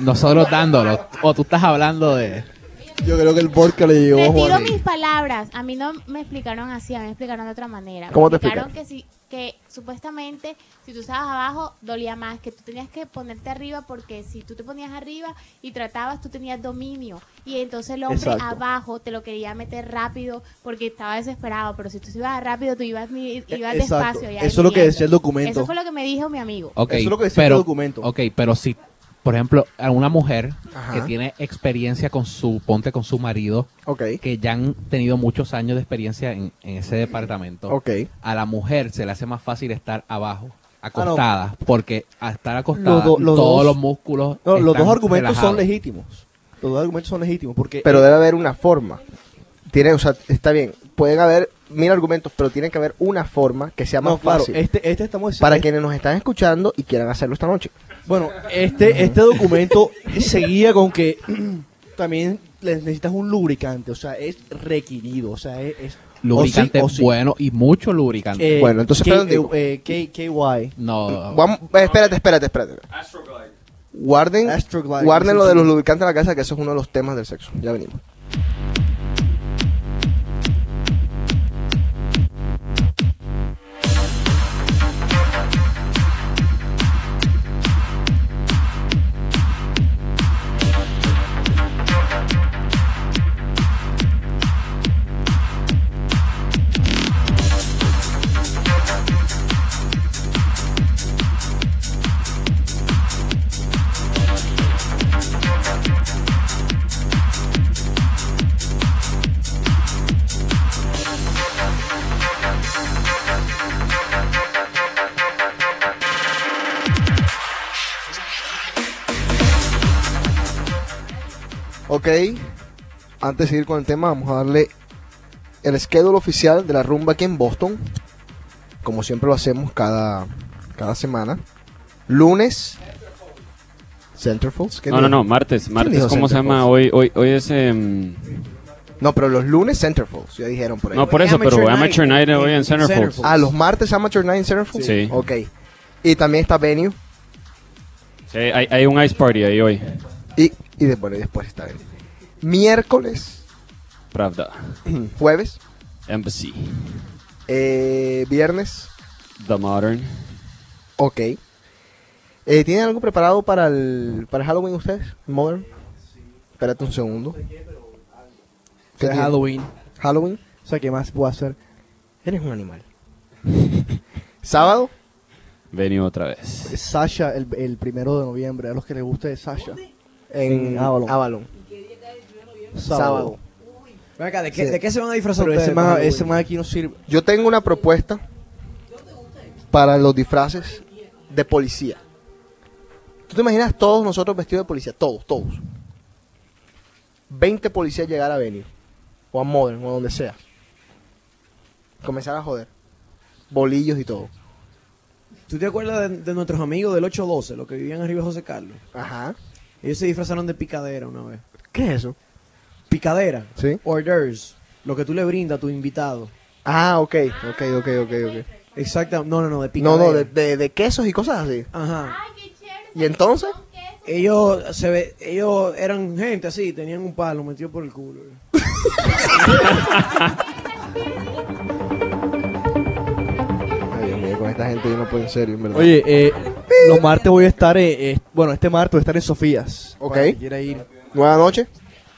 S13: nosotros dándolo. O tú estás hablando de.
S6: Yo creo que el vodka le llegó a
S14: Retiro
S6: Juan.
S14: mis palabras. A mí no me explicaron así, a mí me explicaron de otra manera.
S6: ¿Cómo
S14: me
S6: te
S14: explicaron que, si, que supuestamente si tú estabas abajo dolía más, que tú tenías que ponerte arriba porque si tú te ponías arriba y tratabas, tú tenías dominio. Y entonces el hombre
S6: Exacto.
S14: abajo te lo quería meter rápido porque estaba desesperado. Pero si tú ibas rápido, tú ibas, mi- ibas
S6: E, exacto.
S14: despacio. ya,
S6: Eso es lo que
S14: mirando.
S6: decía el documento.
S14: Eso fue lo que me dijo mi amigo.
S13: Ok,
S6: Eso es lo que decía
S13: pero,
S6: el documento.
S13: Ok, pero si, por ejemplo, a una mujer
S6: Ajá.
S13: que tiene experiencia con su, ponte con su marido, que ya han tenido muchos años de experiencia en, en ese departamento,
S5: Ok.
S13: a la mujer se le hace más fácil estar abajo,
S6: Ah, no.
S13: acostada, porque al estar acostada,
S6: Los do- los
S13: todos
S6: dos-
S13: los músculos.
S6: No, los
S13: están
S6: dos argumentos son
S13: relajados.
S6: legítimos. Los dos argumentos son legítimos porque
S5: Pero debe haber una forma. Tiene, o sea, está bien. Pueden haber mil argumentos, pero tiene que haber una forma que sea más
S6: No, claro,
S5: fácil.
S6: este- este estamos-
S5: para
S6: este-
S5: quienes nos están escuchando y quieran hacerlo esta noche.
S6: Bueno, este, este documento seguía con que también le- necesitas un lubricante, o sea, es requerido, o sea, es... es-
S13: Lubricante
S6: o sí, o sí.
S13: bueno y mucho lubricante.
S6: Eh,
S5: Bueno, entonces,
S6: K-
S5: espera un tico.
S6: eh, K- KY.
S13: No.
S5: Vamos- eh, espérate, espérate, espérate. Guarden,
S6: Astroglide.
S5: guarden lo de los lubricantes en la casa, que eso es uno de los temas del sexo. Ya venimos. Ok, antes de seguir con el tema, vamos a darle el schedule oficial de la rumba aquí en Boston. Como siempre lo hacemos cada, cada semana. Lunes. Centerfolds. ¿qué
S7: No,
S5: día?
S7: no, no, martes,
S5: ¿Quién
S7: martes,
S5: dijo
S7: ¿cómo se llama?
S5: Centerfolds?
S7: Hoy, hoy, hoy es... em,
S5: No, pero los lunes Centerfolds, ya dijeron por ahí.
S7: No, por eso, pero Amateur Amateur Night Night hoy en en Centerfolds. Centerfolds.
S5: Ah, los martes Amateur Night en Centerfolds.
S7: Sí.
S5: Ok. Y también está Venue.
S7: sí, hay, hay un ice party ahí hoy,
S5: Y, y de- bueno, y después está Venue. Miércoles,
S7: Pravda.
S5: jueves,
S7: Embassy,
S5: eh, viernes.
S7: The Modern.
S5: Ok. Eh, ¿Tienen algo preparado para el para Halloween ustedes? Modern. Espérate un segundo. ¿Qué
S6: Es
S5: tiene?
S6: Halloween.
S5: Halloween.
S6: O sea, ¿qué más puedo hacer?
S5: Eres un animal. Sábado.
S7: Venue otra vez.
S6: Sasha, el, el primero de noviembre, a los que les guste Sasha.
S5: En
S6: Avalon.
S5: Avalon. Sábado.
S16: Ven acá, ¿de qué,
S6: Sí.
S16: de qué se van a disfrazar
S6: Pero ese
S16: ustedes?
S6: man,
S16: para
S6: ese
S16: Halloween?
S6: man aquí no sirve.
S5: Yo tengo una propuesta para los disfraces de policía. ¿Tú te imaginas todos nosotros vestidos de policía? Todos, todos. 20 policías llegar a venir. O a Modern, o donde sea. Comenzar a joder. Bolillos y todo.
S16: ¿Tú te acuerdas de, de nuestros amigos del 812, los que vivían arriba de José Carlos?
S5: Ajá.
S16: Ellos se disfrazaron de picadera una vez.
S5: ¿Qué es eso?
S16: Picadera.
S5: Sí.
S16: Hors d'oeuvres, Lo que tú le brindas a tu invitado.
S5: Ah, ok, ok, ok, ok, ok.
S16: Exacto. No, no, no, de
S5: No,
S16: picadera.
S5: no, de, de- de quesos y cosas así.
S16: Ajá.
S5: ¿Y entonces?
S16: Ellos, se ve, ellos eran gente así, tenían un palo metido por el culo.
S5: Ay, Dios mío, con esta gente yo no puedo en serio, en verdad.
S6: Oye, eh, los martes voy a estar, eh, eh, bueno, este martes voy a estar en Sofías.
S5: Ok.
S6: Para que quiera ir.
S5: ¿Nueva noche?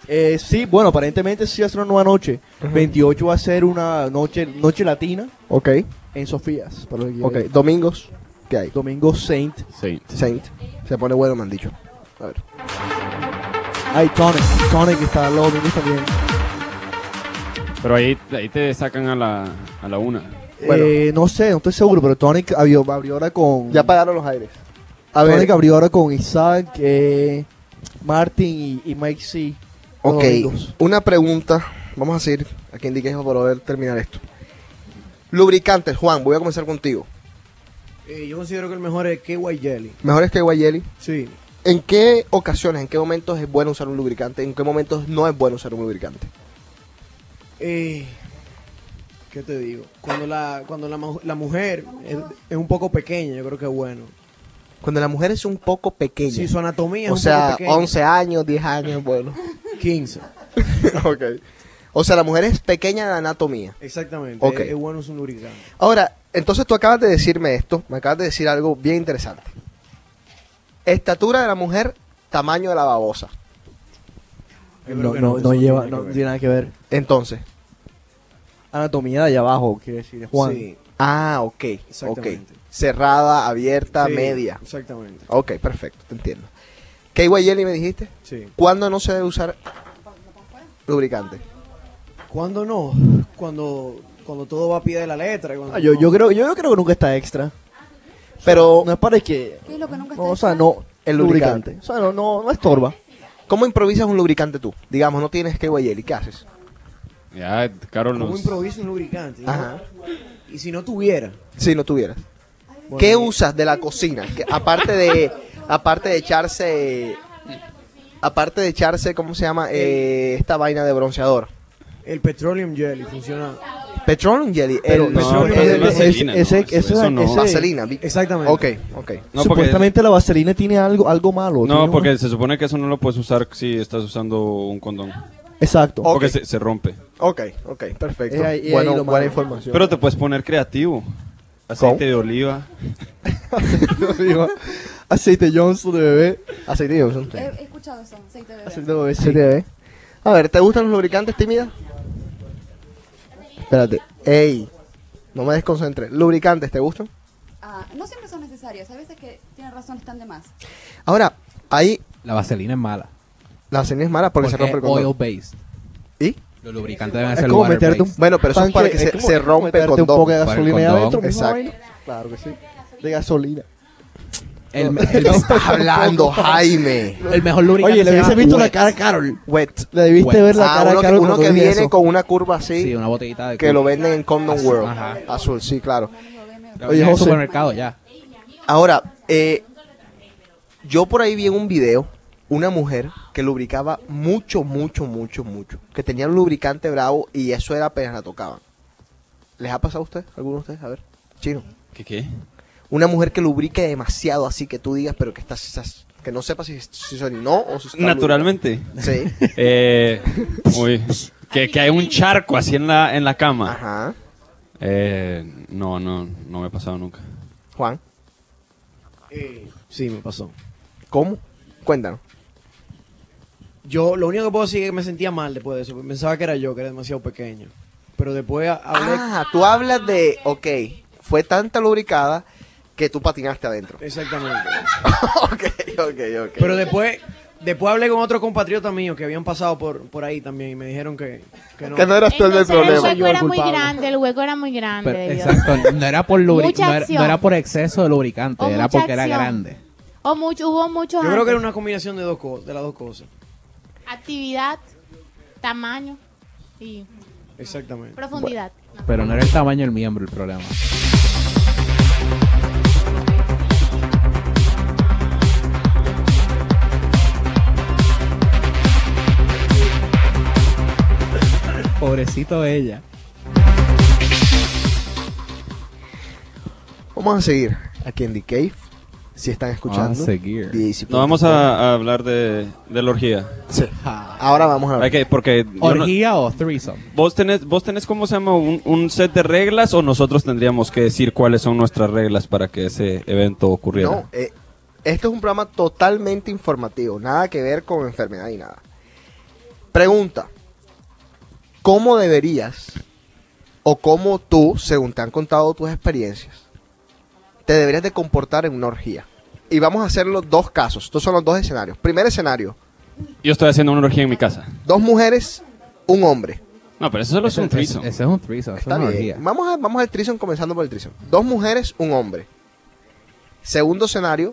S6: Eh, sí, bueno, aparentemente sí va a ser una nueva noche. 28 va a ser una noche noche latina
S5: Ok,
S16: Eh,
S6: en Sofías. Para los que
S5: ok.
S6: quieran ir.
S5: Domingos, ¿qué hay?
S6: Domingo Saint.
S7: Saint.
S5: Saint. Se pone bueno, me han dicho. A ver.
S6: Ay, Tonic. Tonic está los domingos también.
S7: Pero ahí, ahí te sacan a la, a la una.
S6: Eh, no sé, no estoy seguro, pero Tonic abrió, abrió ahora con.
S5: Ya pagaron los aires. A ver.
S6: Tonic abrió ahora con Isaac, eh, Martin y, y Mike C. los
S5: Ok,
S6: domingos.
S5: una pregunta. Vamos a seguir aquí en Diquejo para poder terminar esto. Lubricantes, Juan, voy a comenzar contigo.
S16: Eh, yo considero que el mejor es KY Jelly.
S5: Mejores que Guayeli.
S16: Sí.
S5: ¿En qué ocasiones, en qué momentos es bueno usar un lubricante? ¿En qué momentos no es bueno usar un lubricante?
S16: Eh, ¿Qué te digo? Cuando la, cuando la, mu- la mujer es, es un poco pequeña, yo creo que es bueno.
S5: Cuando la mujer es un poco pequeña.
S16: Si su anatomía es
S5: o
S16: un
S5: sea,
S16: poco pequeña.
S5: 11 años, 10 años, bueno.
S16: 15.
S5: ok. O sea, la mujer es pequeña de anatomía.
S16: Exactamente.
S5: Ok.
S16: Es, es bueno es un lubricante.
S5: Ahora, entonces tú acabas de decirme esto, me acabas de decir algo bien interesante. Estatura de la mujer, tamaño de la babosa.
S6: No, no, no lleva, no tiene nada que ver.
S5: Entonces,
S6: Anatomía de allá abajo, quiere decir Juan.
S16: Sí,
S5: ah, ok, ok.
S16: Exactamente.
S5: Cerrada, abierta,
S16: Sí,
S5: media.
S16: Exactamente.
S5: Ok, perfecto, te entiendo. ¿Qué Jelly me dijiste?
S16: Sí.
S5: ¿Cuándo no se debe usar lubricante?
S16: ¿Cuándo no? Cuando, cuando todo va a pie de la letra. cuando-
S6: Ah, yo, yo creo, yo no creo que nunca está extra.
S5: Pero
S6: no es para que.
S9: ¿Qué es lo que nunca
S6: no, o sea, no.
S5: El lubricante.
S6: lubricante. O sea, Ah, no, no, no estorba.
S5: ¿Cómo improvisas un lubricante tú? Digamos, no tienes que Jelly, ¿qué haces?
S7: Ya, Carol
S16: ¿Cómo
S7: nos...
S16: improviso un lubricante?
S5: Ajá.
S16: Y si no tuviera.
S5: Si no tuvieras.
S16: Bueno,
S5: ¿Qué
S16: eh,
S5: usas de la cocina? Que aparte de aparte de echarse aparte de echarse ¿cómo se llama? Eh, esta vaina de bronceador.
S16: El petroleum jelly funciona.
S5: Petroleum jelly,
S6: Pero
S5: el,
S6: no,
S5: petroleum
S6: pero
S5: jelly,
S6: es-
S7: vaselina,
S6: ese-
S7: no, eso-
S6: ese-
S7: eso no.
S6: ese-
S5: vaselina. vi-
S16: Exactamente.
S5: Ok, ok.
S7: No, porque-
S6: Supuestamente la vaselina tiene algo, algo malo. tiene
S7: No,
S6: una-
S7: porque se supone que eso no lo puedes usar si estás usando un condón.
S6: Exacto.
S7: Porque se, se rompe.
S5: Ok, ok, perfecto.
S6: Es ahí- eh, es
S5: Bueno,
S6: ahí lo
S5: buena
S6: malo.
S5: información.
S7: Pero te puedes poner creativo. Aceite de oliva.
S6: Aceite Johnson de bebé.
S5: aceite de Johnson.
S9: He, he escuchado eso, aceite de bebé.
S6: Aceite de bebé, sí.
S5: Aceite de bebé. ¿eh? A ver, ¿te gustan los lubricantes tímidas? Espérate. Ey, no me desconcentres. ¿Lubricantes te gustan?
S9: Ah, no siempre son necesarios, hay veces que tienen razón, están de más.
S5: Ahora, ahí
S13: La vaselina es mala.
S5: la vaselina es mala porque, se rompe el condón.
S13: oil based.
S5: ¿Y?
S13: Los lubricantes deben
S6: Es
S13: ser
S6: como
S13: water
S6: meterte un
S13: based.
S5: Bueno, pero eso es
S6: tanque-
S5: para que se-
S6: como-
S5: se rompe el
S6: meterte un
S5: condón.
S6: poco de
S13: Para el
S6: gasolina ahí
S13: condón.
S6: adentro. misma
S5: Exacto.
S6: vaina. Claro que sí. De gasolina.
S13: El,
S5: ¿De
S13: el-
S5: qué estás hablando, Jaime?
S13: el mejor lubricante
S6: Oye, le
S13: se
S6: hubiese
S13: llama
S6: visto la
S13: wet.
S6: cara a Carol.
S5: Wet.
S6: Le debiste
S13: Wet.
S6: ver la
S5: Ah,
S6: cara
S5: uno
S6: a
S5: que,
S6: Carol.
S5: uno
S6: cuando
S5: que
S6: dije
S5: viene
S6: eso.
S5: con una curva así,
S13: Sí, una botellita de
S5: que lo venden en Condom World.
S13: Ajá.
S5: Azul, sí, claro.
S13: Oye,
S6: Oye,
S13: en el
S6: José.
S13: supermercado ya.
S5: Ahora, eh, yo por ahí vi en un video una mujer que lubricaba mucho, mucho, mucho, mucho. Que tenía un lubricante bravo y eso era apenas la tocaban. ¿Les ha pasado a ustedes? ¿Alguno de ustedes? A ver, chino.
S7: ¿Qué qué?
S5: Una mujer que lubrique demasiado así que tú digas, pero que estás, estás- que no sepas si, si no o si está
S7: Naturalmente.
S5: lubricando. Sí.
S7: Eh, uy, que, que hay un charco así en la, en la cama.
S5: Ajá.
S7: Eh, no, no, no me ha pasado nunca.
S5: Juan,
S16: Eh, sí, me pasó.
S5: ¿cómo? Cuéntanos.
S16: Yo lo único que puedo decir es que me sentía mal después de eso. porque Pensaba que era yo, que era demasiado pequeño. Pero después ha- hablé.
S5: Ah, tú hablas de, ok, fue tanta lubricada que tú patinaste adentro.
S16: Exactamente.
S5: ok, ok, ok.
S16: Pero después, después hablé con otros compatriotas míos que habían pasado por, por ahí también y me dijeron que, que no.
S5: que no eras tú el del
S14: Entonces, el
S5: problema.
S14: hueco
S16: el
S14: era muy
S16: culpable.
S14: grande, el hueco era muy grande.
S13: Pero-
S14: Dios.
S13: exacto, no era por lubri-
S14: Mucha
S13: no era,
S14: acción.
S13: no era por exceso de lubricante,
S16: Oh,
S14: O
S13: era
S14: mucha
S13: porque era
S14: acción.
S13: grande.
S14: O mucho, hubo mucho
S16: Yo creo que era una combinación de dos cosas, de las dos cosas.
S14: actividad, tamaño y
S16: Exactamente.
S14: profundidad. No.
S13: Pero no era el tamaño del miembro el problema. Pobrecito ella.
S5: Vamos a seguir aquí en The Cave. Si están escuchando.
S13: Vamos a Ah, seguir.
S5: DJC.com.
S7: No vamos a, a hablar de, de la orgía.
S5: Sí. Ahora vamos a hablar.
S7: Ok, porque yo no-
S13: ¿Orgía o threesome?
S7: ¿Vos tenés, vos tenés cómo se llama un, un set de reglas o nosotros tendríamos que decir cuáles son nuestras reglas para que ese evento ocurriera?
S5: No, eh, este es un programa totalmente informativo. Nada que ver con enfermedad y nada. Pregunta. ¿Cómo deberías o cómo tú, según te han contado tus experiencias, te deberías de comportar en una orgía? Y vamos a hacer los dos casos. Estos son los dos escenarios. Primer escenario.
S7: Yo estoy haciendo una orgía en mi casa.
S5: Dos mujeres, un hombre.
S7: No, pero eso solo es
S13: Ese-
S7: un threesome.
S13: Ese, ese es un threesome, eso es
S5: Está
S13: una
S5: bien.
S13: orgía.
S5: Vamos, a, vamos al trison comenzando por el trison. Dos mujeres, un hombre. Segundo escenario,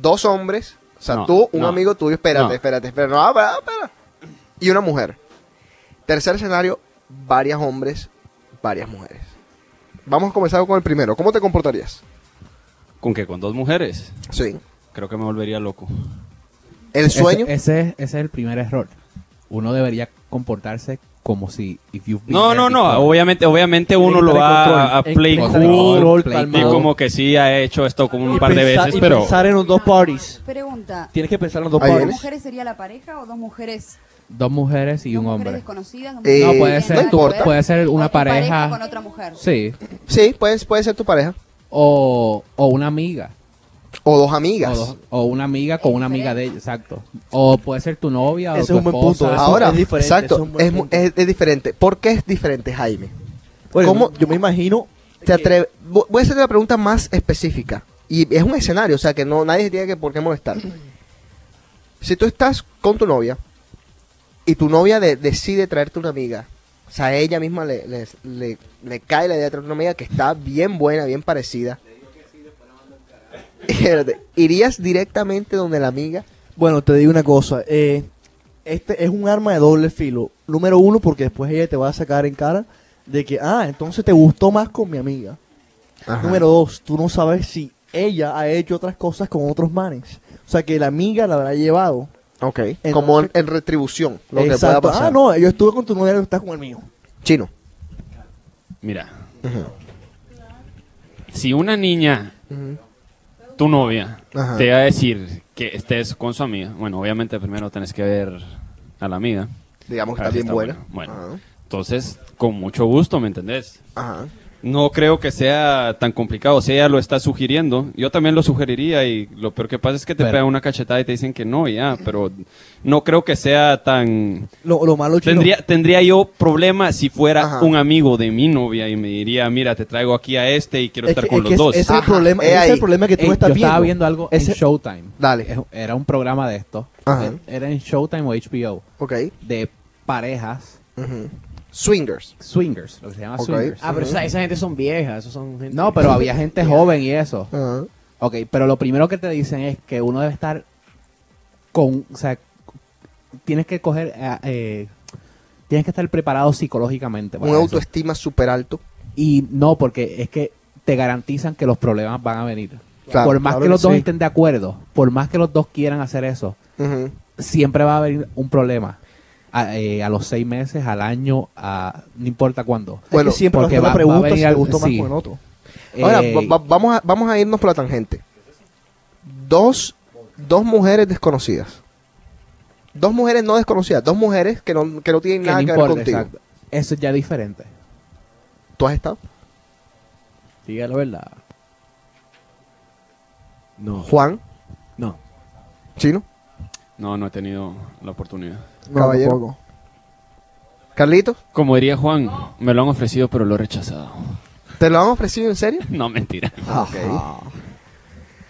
S5: dos hombres. O sea,
S7: No,
S5: tú, un
S7: no.
S5: amigo tuyo, espérate,
S7: No.
S5: espérate, espérate. No, espera, espera. Y una mujer. Tercer escenario, varias hombres, varias mujeres. Vamos a comenzar con el primero. ¿Cómo te comportarías?
S7: ¿Con qué? ¿Con dos mujeres?
S5: Sí.
S7: Creo que me volvería loco.
S5: El sueño.
S13: Ese, ese es- ese es el primer error. Uno debería comportarse como si if you've been
S7: No,
S13: there
S7: no, no.
S13: before.
S7: Obviamente, obviamente uno
S13: Tiene
S7: lo
S13: que
S7: va
S13: estar en
S7: a- a
S13: control,
S7: play
S13: en
S7: cool
S13: control,
S7: play
S13: calmado.
S7: cool, como que sí ha hecho esto como un par de
S6: Pensar-
S7: veces,
S6: y
S7: pero
S6: pensar en los dos parties.
S9: Pregunta.
S6: Tienes que pensar en los dos
S13: Ahí
S9: ¿Dos
S6: parties.
S9: mujeres sería la pareja o dos mujeres
S13: Dos mujeres y un hombre.
S9: desconocidas?
S5: Eh,
S9: dos mujeres
S13: no,
S9: que
S13: puede
S9: tienen
S13: ser,
S9: nada que ver?
S13: puede ser una
S9: O tu pareja
S13: pareja.
S9: con otra mujer.
S13: Sí.
S5: Sí, puede, puede ser tu pareja.
S13: O, o una amiga.
S5: O dos amigas.
S13: O, dos- o una amiga con una amiga de ella, exacto. O puede ser tu novia o
S5: Ese
S13: tu esposa.
S5: Ahora, exacto, es, mu- es- es diferente. ¿Por qué es diferente, Jaime? ¿Cómo
S6: yo me imagino
S5: te atreve- vo- Voy a hacerte la pregunta más específica. Y es un escenario, o sea que no nadie se tiene que por qué molestar. Si tú estás con tu novia y tu novia de- decide traerte una amiga, o sea, ella misma le, le- le- le cae la idea de traerte una amiga que está bien buena, bien parecida. Espérate, ¿Irías directamente donde la amiga?
S6: Bueno, te digo una cosa. eh, este es un arma de doble filo. Número uno, porque después ella te va a sacar en cara de que, ah, entonces te gustó más con mi amiga.
S5: Ajá.
S6: Número dos, tú no sabes si ella ha hecho otras cosas con otros manes. O sea, que la amiga la habrá llevado.
S5: Ok. Como en, en retribución, lo que pueda
S6: Exacto.
S5: pasar.
S6: Ah, no, yo estuve con tu novia, tú estás con el mío.
S5: Chino.
S7: Mira. Si una niña, tu novia,
S5: Ajá.
S7: te va a decir que estés con su amiga, bueno, obviamente primero tenés que ver a la amiga.
S5: Digamos que
S7: A ver
S5: está
S7: si
S5: bien buena.
S7: Bueno,
S5: Ajá.
S7: entonces, con mucho gusto, ¿me entendés?
S5: Ajá.
S7: No creo que sea tan complicado. Si ella lo está sugiriendo, yo también lo sugeriría y lo peor que pasa es que te
S6: Pero-
S7: pegan una cachetada y te dicen que no, y ya, pero no creo que sea tan...
S6: Lo, lo malo, chino.
S7: Tendría, tendría yo problema si fuera
S6: Ajá.
S7: un amigo de mi novia y me diría, mira, te traigo aquí a este y quiero
S6: Es
S7: estar
S6: que-
S7: con
S6: es
S7: los
S6: que es-
S7: dos.
S6: ese es el Ajá, problema- he ese es el ahí. problema que tú
S13: Ey,
S6: no estás
S13: yo estaba
S6: viendo.
S13: viendo algo
S6: Ese-
S13: en Showtime.
S5: Dale.
S13: Es- Era un programa de esto.
S5: Ajá.
S13: E- Era en Showtime o HBO.
S5: Ok.
S13: De parejas.
S5: Swingers.
S13: Swingers, lo que se llama
S8: Ok.
S13: swingers.
S8: Ah, pero esa, esa gente son viejas, esos son gente-
S13: No, pero había gente joven y eso. Ok, pero lo primero que te dicen es que uno debe estar con, o sea, tienes que coger, eh, eh, tienes que estar preparado psicológicamente. para
S5: Un
S13: eso.
S5: autoestima súper alto.
S13: Y no, porque es que te garantizan que los problemas van a venir.
S5: Claro,
S13: por más
S5: claro
S13: que
S5: que
S13: los dos
S5: sí.
S13: estén de acuerdo, por más que los dos quieran hacer eso,
S5: Ujú.
S13: siempre va a haber un problema. A, eh, a los seis meses, al año, a, no importa cuándo.
S5: Bueno,
S6: siempre
S13: Porque
S6: nos hacen la
S13: va- va a
S6: pregunta si
S13: venir
S6: te
S13: algo-
S6: gustó más
S13: sí.
S6: con el otro.
S5: Ahora,
S13: Eh,
S5: va- va- vamos, a, vamos a irnos por la tangente. Dos, dos mujeres desconocidas. Dos mujeres no desconocidas. Dos mujeres que no, que no tienen
S13: que
S5: nada
S13: no
S5: que
S13: importa,
S5: ver contigo.
S13: exacto. Eso es ya diferente.
S5: ¿Tú has estado?
S8: Diga la verdad. No.
S5: Juan.
S8: No.
S5: Chino.
S7: No, no he tenido la oportunidad.
S5: Caballero. Carlito.
S7: Como diría Juan, me lo han ofrecido pero lo he rechazado.
S5: ¿Te lo han ofrecido en serio? Ah,
S7: No, mentira.
S5: Ok.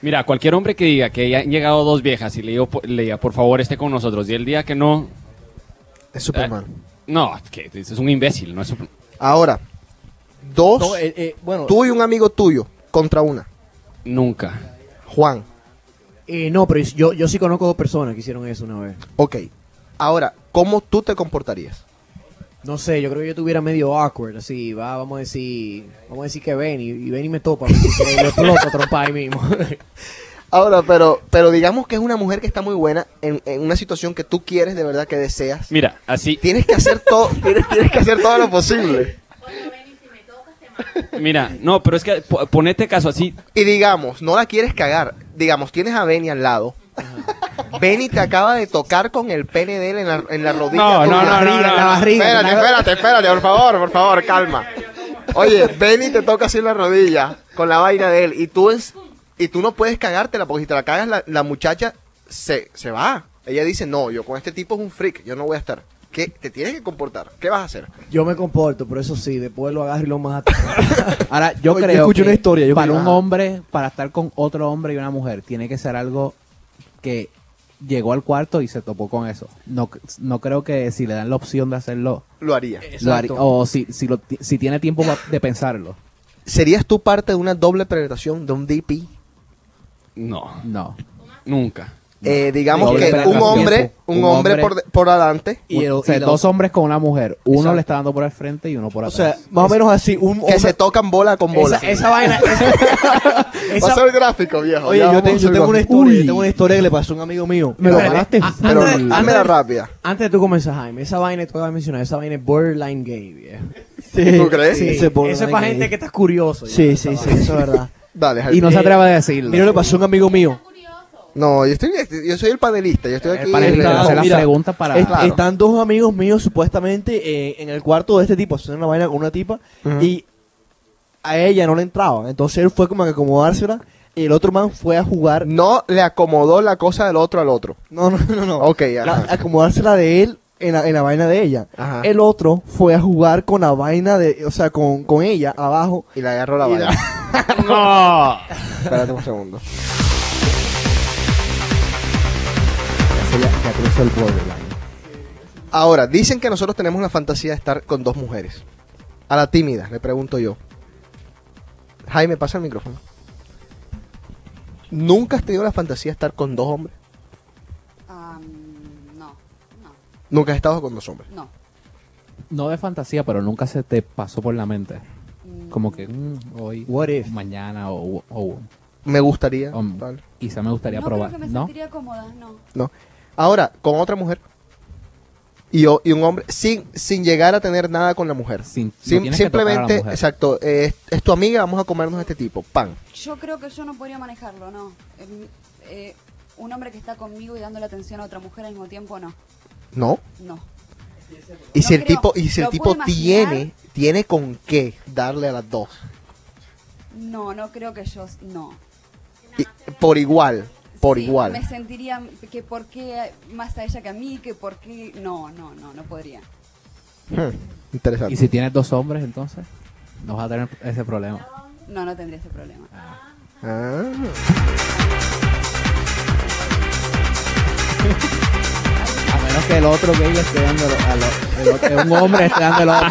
S7: Mira, cualquier hombre que diga que ya han llegado dos viejas y le digo, po- le diga, por favor, esté con nosotros, y el día que no, eh,
S5: Es Superman.
S7: no, es que es un imbécil, no es un-
S5: Ahora, dos.
S7: No,
S6: eh, eh, bueno.
S5: tú y un amigo tuyo contra una.
S7: Nunca.
S5: Juan.
S8: Eh, no, pero yo, yo sí conozco dos personas que hicieron eso una vez.
S5: Ok. Ahora, ¿cómo tú te comportarías?
S8: No sé, yo creo que yo tuviera medio awkward, así, va, vamos a decir, vamos a decir que ven y, y ven y me topa, porque lo exploto a trompa ahí mismo.
S5: Ahora, pero, pero digamos que es una mujer que está muy buena en, en una situación que tú quieres, de verdad que deseas.
S7: Mira, así,
S5: Tienes que hacer todo, tienes, tienes que hacer todo lo posible.
S7: mira, no, pero es que po- ponete caso así,
S5: Y digamos, no la quieres cagar. Digamos, tienes a Benny al lado. Benny te acaba de tocar con el pene de él en la, en la rodilla.
S7: No,
S5: con
S7: no, no,
S5: barriga,
S7: no, no,
S5: en la
S7: no.
S5: barriga. Espérate,
S7: Una cosa-
S5: espérate, espérate, por favor, por favor, calma. Oye, Benny te toca así en la rodilla con la vaina de él y tú es, y tú no puedes cagártela porque si te la cagas la, la muchacha se, se va. Ella dice, no, yo con este tipo es un freak, yo no voy a estar. ¿Qué? Te tienes que comportar. ¿Qué vas a hacer?
S8: Yo me comporto, pero eso sí, después lo agarro y lo mato.
S13: Ahora, yo
S8: Oye,
S13: creo
S8: yo escuché
S13: que
S8: una historia, yo
S13: para
S8: creo-
S13: un
S8: Ajá.
S13: hombre, para estar con otro hombre y una mujer, tiene que ser algo que llegó al cuarto y se topó con eso. No, no creo que si le dan la opción de hacerlo,
S5: Lo haría.
S13: lo haría.
S7: Oh,
S13: O si, si, lo ti- si tiene tiempo pa- de pensarlo.
S5: ¿Serías tú parte de una doble penetración, de un DP?
S7: no,
S13: No.
S7: nunca.
S5: Eh, digamos
S13: Doble
S5: que
S13: penetración.
S5: un hombre, un
S13: Un
S5: hombre
S13: hombre-
S5: por, de- por adelante.
S13: Un- o sea, dos hombres con una mujer. Uno le está dando por el frente y uno por atrás.
S5: más o menos así, un que se tocan bola con bola.
S13: Esa- esa vaina-
S5: Va a ser gráfico, viejo.
S6: Oye,
S5: ya
S6: yo,
S5: vamos
S6: te-
S5: a
S6: yo
S5: hacer
S6: tengo una
S5: gráfico.
S6: historia, yo tengo una historia que le pasó a un amigo mío.
S5: Me lo ganaste. Pero
S6: full.
S5: dámela rápida.
S16: Antes de tú comenzar, Jaime, esa vaina que tú acabas de mencionar, esa vaina es borderline gay, viejo.
S6: Sí. ¿Tú crees?
S16: Sí.
S6: Ese
S16: Eso es
S6: borderline
S16: para
S6: gay.
S16: gente que está curioso. ya,
S6: Sí,
S16: esa
S6: sí, sí,
S16: vaina.
S6: eso es verdad.
S5: Dale,
S6: Y no se atreva
S13: a decirlo.
S6: Mira, le pasó a un amigo mío.
S5: No, yo, estoy,
S6: este,
S5: yo soy el panelista. Yo estoy aquí.
S6: Está- mira, es-
S5: Claro.
S6: Están dos amigos míos supuestamente eh, en el cuarto de este tipo haciendo una vaina con una tipa
S5: Ujú.
S6: y a ella no le entraban. Entonces él fue como a acomodársela y el otro man fue a jugar.
S5: No le acomodó la cosa del otro al otro.
S6: No, no, no, no.
S5: Ok,
S6: La-
S5: ajá.
S6: acomodársela de él en la, en la vaina de ella.
S5: Ajá.
S6: El otro fue a jugar con la vaina de, o sea, con, con ella abajo.
S5: Y le agarró la
S6: Y
S5: vaina.
S6: no.
S5: Espérate un segundo. Ahora, dicen que nosotros tenemos la fantasía de estar con dos mujeres. A la tímida, le pregunto yo. Jaime, pasa el micrófono. ¿Nunca has tenido la fantasía de estar con dos hombres?
S9: Ah, no, no,
S5: Nunca has estado con dos hombres.
S9: no.
S13: No de fantasía, pero nunca se te pasó por la mente. Como que mm, hoy, mañana o, o-
S5: Me gustaría.
S13: um,
S5: tal.
S13: quizá me gustaría
S9: no
S13: probar.
S9: creo que me
S13: ¿No?
S9: sentiría cómoda, no.
S5: No. Ahora, con otra mujer. Y, o- y un hombre, sin, sin llegar a tener nada con la mujer.
S13: Sin,
S5: Sim-
S13: tienes que tocar a
S5: simplemente,
S13: la mujer.
S5: exacto, eh, es, es tu amiga, vamos a comernos este tipo. Pan.
S9: Yo creo que yo no podría manejarlo, no. Eh, eh, un hombre que está conmigo y dándole atención a otra mujer al mismo tiempo, no.
S5: ¿No?
S9: No.
S5: Y si
S9: No
S5: el
S9: creo.
S5: tipo, y si el
S9: Lo
S5: tipo
S9: puedo imaginar.
S5: tiene, tiene con qué darle a las dos.
S9: No, no creo que yo. No.
S5: Y- por igual, por
S9: Sí,
S5: igual.
S9: Me sentiría que por qué más a ella que a mí, que por qué. No, no, no, no podría.
S5: Hmm, interesante.
S13: Y si tienes dos hombres, entonces, no vas a tener ese problema.
S9: No, no tendría ese problema.
S5: Ah.
S13: A menos que el otro gay le esté dando a lo- el otro- un hombre le esté dando el otro.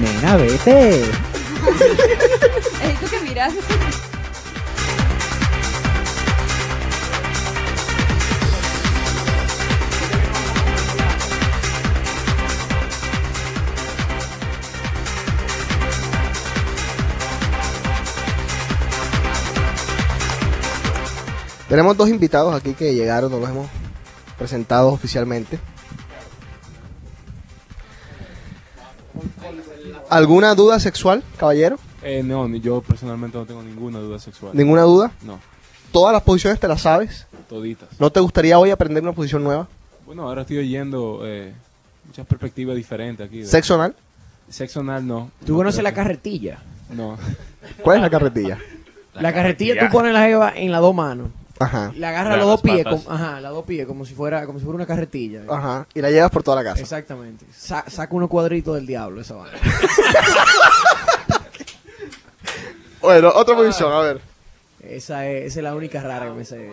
S13: Nena, vete.
S9: Ey, ¿Tú qué miras?
S5: Tenemos dos invitados aquí que llegaron, no los hemos presentado oficialmente. ¿Alguna duda sexual, caballero?
S17: Eh, no, ni- yo personalmente no tengo ninguna duda sexual.
S5: ¿Ninguna duda?
S17: No,
S5: ¿Todas las posiciones te las sabes?
S17: toditas.
S5: ¿No te gustaría hoy aprender una posición nueva?
S17: Bueno, ahora estoy oyendo eh, muchas perspectivas diferentes aquí. de-
S5: ¿Sexo anal?
S17: Sexo anal no.
S16: ¿Tú
S17: No
S16: conoces
S17: creo
S16: la
S17: que-
S16: carretilla?
S17: No.
S5: ¿Cuál es la carretilla?
S16: La carretilla tú pones la jeva en las dos manos.
S5: Ajá.
S16: La agarras los dos pies, como, ajá, las dos pies, como si fuera, como si fuera una carretilla.
S5: Ajá. Y la llevas por toda la casa.
S16: Exactamente. Sa- saca unos cuadritos del diablo esa vaina.
S5: Bueno, otra posición, a ver.
S16: Esa es, esa es la única rara que me sé.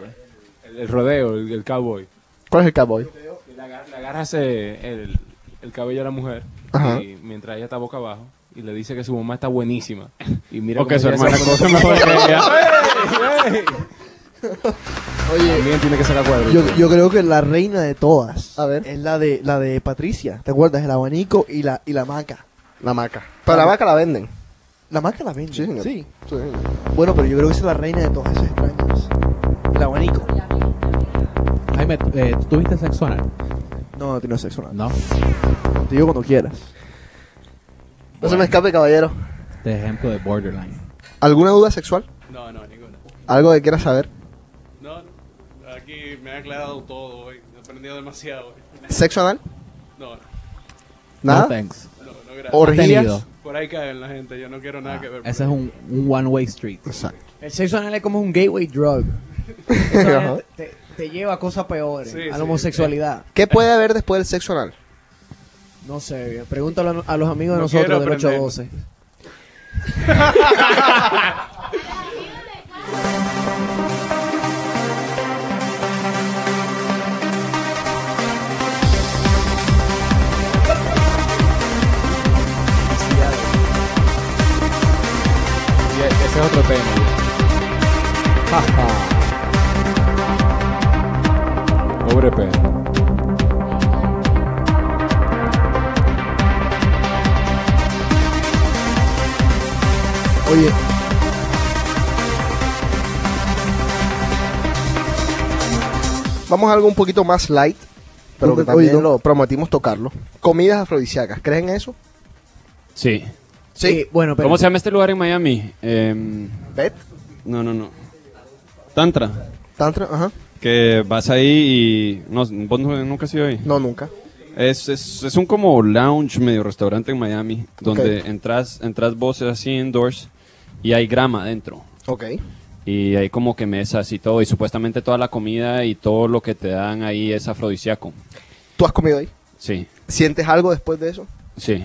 S17: El, el rodeo, el, el cowboy.
S5: ¿Cuál es el cowboy?
S17: Le agar- le agarras eh, el, el cabello a la mujer
S5: Ajá.
S17: y mientras ella está boca abajo y le dice que su mamá está buenísima. Y mira
S7: O que
S17: cómo
S7: su
S17: ella
S7: hermana
S17: se-
S7: conoce mejor que ella.
S5: Oye,
S17: También tiene que sacar cuadro.
S6: Yo, yo creo que la reina de todas
S5: A ver.
S6: es la de la de Patricia. ¿Te acuerdas? El abanico y la y la maca.
S5: La maca. Pero la maca la venden.
S6: La maca la vende. Sí,
S5: señor. Sí, señor.
S6: Bueno, pero yo creo que esa es la reina de todas esas extrañas. El abanico.
S13: Jaime, eh, ¿tú tuviste sexo anal?
S6: No, no tiene sexo nada.
S13: No.
S6: Te digo cuando quieras.
S5: No se me escape, caballero.
S13: De ejemplo de borderline.
S5: ¿Alguna duda sexual?
S18: No, no, ninguna.
S5: ¿Algo que quieras saber?
S18: No, no. aquí me ha aclarado todo hoy. He aprendido demasiado hoy.
S5: ¿Sexo anal?
S18: No, no.
S5: ¿Nada?
S13: No, thanks.
S18: No, no, gracias.
S13: Orgías.
S18: Por ahí caen la gente, yo no quiero nada que ver. por
S13: Ese
S18: ahí.
S13: es un, un one-way street.
S5: Exacto.
S16: El sexo anal es como un gateway drug. Esa vaina te, te- te lleva a cosas peores, a
S18: Sí, sí.
S16: la homosexualidad.
S5: ¿Qué puede haber después del sexo anal?
S16: No sé, viejo. pregúntalo a, no- a los amigos de
S18: Eh. No quiero
S16: nosotros del 8 a 12.
S17: Y e- ese es otro tema. Pobre perro.
S6: Oye.
S5: Vamos a algo un poquito más light, pero que
S6: Oye,
S5: también
S6: no.
S5: lo prometimos tocarlo. Comidas afrodisíacas, ¿creen en eso?
S7: Sí.
S5: Sí, bueno,
S7: ¿Cómo se llama este lugar en Miami? Eh,
S5: ¿Bet?
S7: No, no, no. Tantra.
S5: Tantra, ajá.
S7: Que vas ahí y... No, ¿Vos nu- nunca has ido ahí?
S5: No, nunca.
S7: Es, es, es un como lounge medio restaurante en Miami, donde
S5: Ok.
S7: entras, entras vos así indoors y hay grama adentro.
S5: Ok.
S7: Y hay como que mesas y todo, y supuestamente toda la comida y todo lo que te dan ahí es afrodisíaco.
S5: ¿Tú has comido ahí?
S7: Sí,
S5: ¿Sientes algo después de eso?
S7: sí.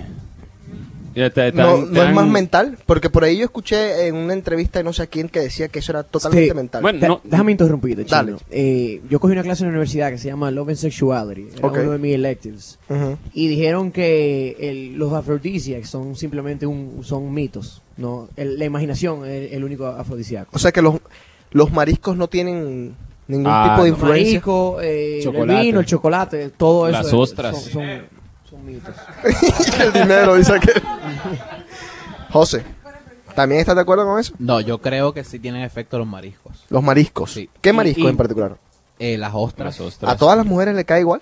S7: Y te- te
S5: No,
S7: dan- te
S5: no es
S7: dan-
S5: más mental, porque por ahí yo escuché en una entrevista de no sé a quién que decía que eso era totalmente
S8: Este,
S5: mental.
S8: da- Déjame interrumpirte, chino.
S5: Dale.
S8: Eh, yo cogí una clase en la universidad que se llama Love and Sexuality. Era
S5: Ok.
S8: uno de mis electives.
S5: Ujú.
S8: Y dijeron que el- los afrodisíacos son simplemente un, son mitos. no El- La imaginación es el único afrodisíaco.
S5: O sea que los, los mariscos no tienen ningún
S8: Ah,
S5: tipo de
S8: no.
S5: influencia.
S8: Marisco, eh,
S5: Chocolate.
S8: el vino, el chocolate, todo eso.
S7: Las
S8: es-
S7: ostras.
S8: Son, son- son mitos.
S5: el dinero, dice aquel. José, ¿también estás de acuerdo con eso?
S13: No, yo creo que sí tienen efecto los mariscos.
S5: Los mariscos.
S13: Sí.
S5: ¿Qué
S13: Y-
S5: marisco
S13: y-
S5: en particular?
S13: Eh, las ostras.
S5: ¿A todas las mujeres le cae igual?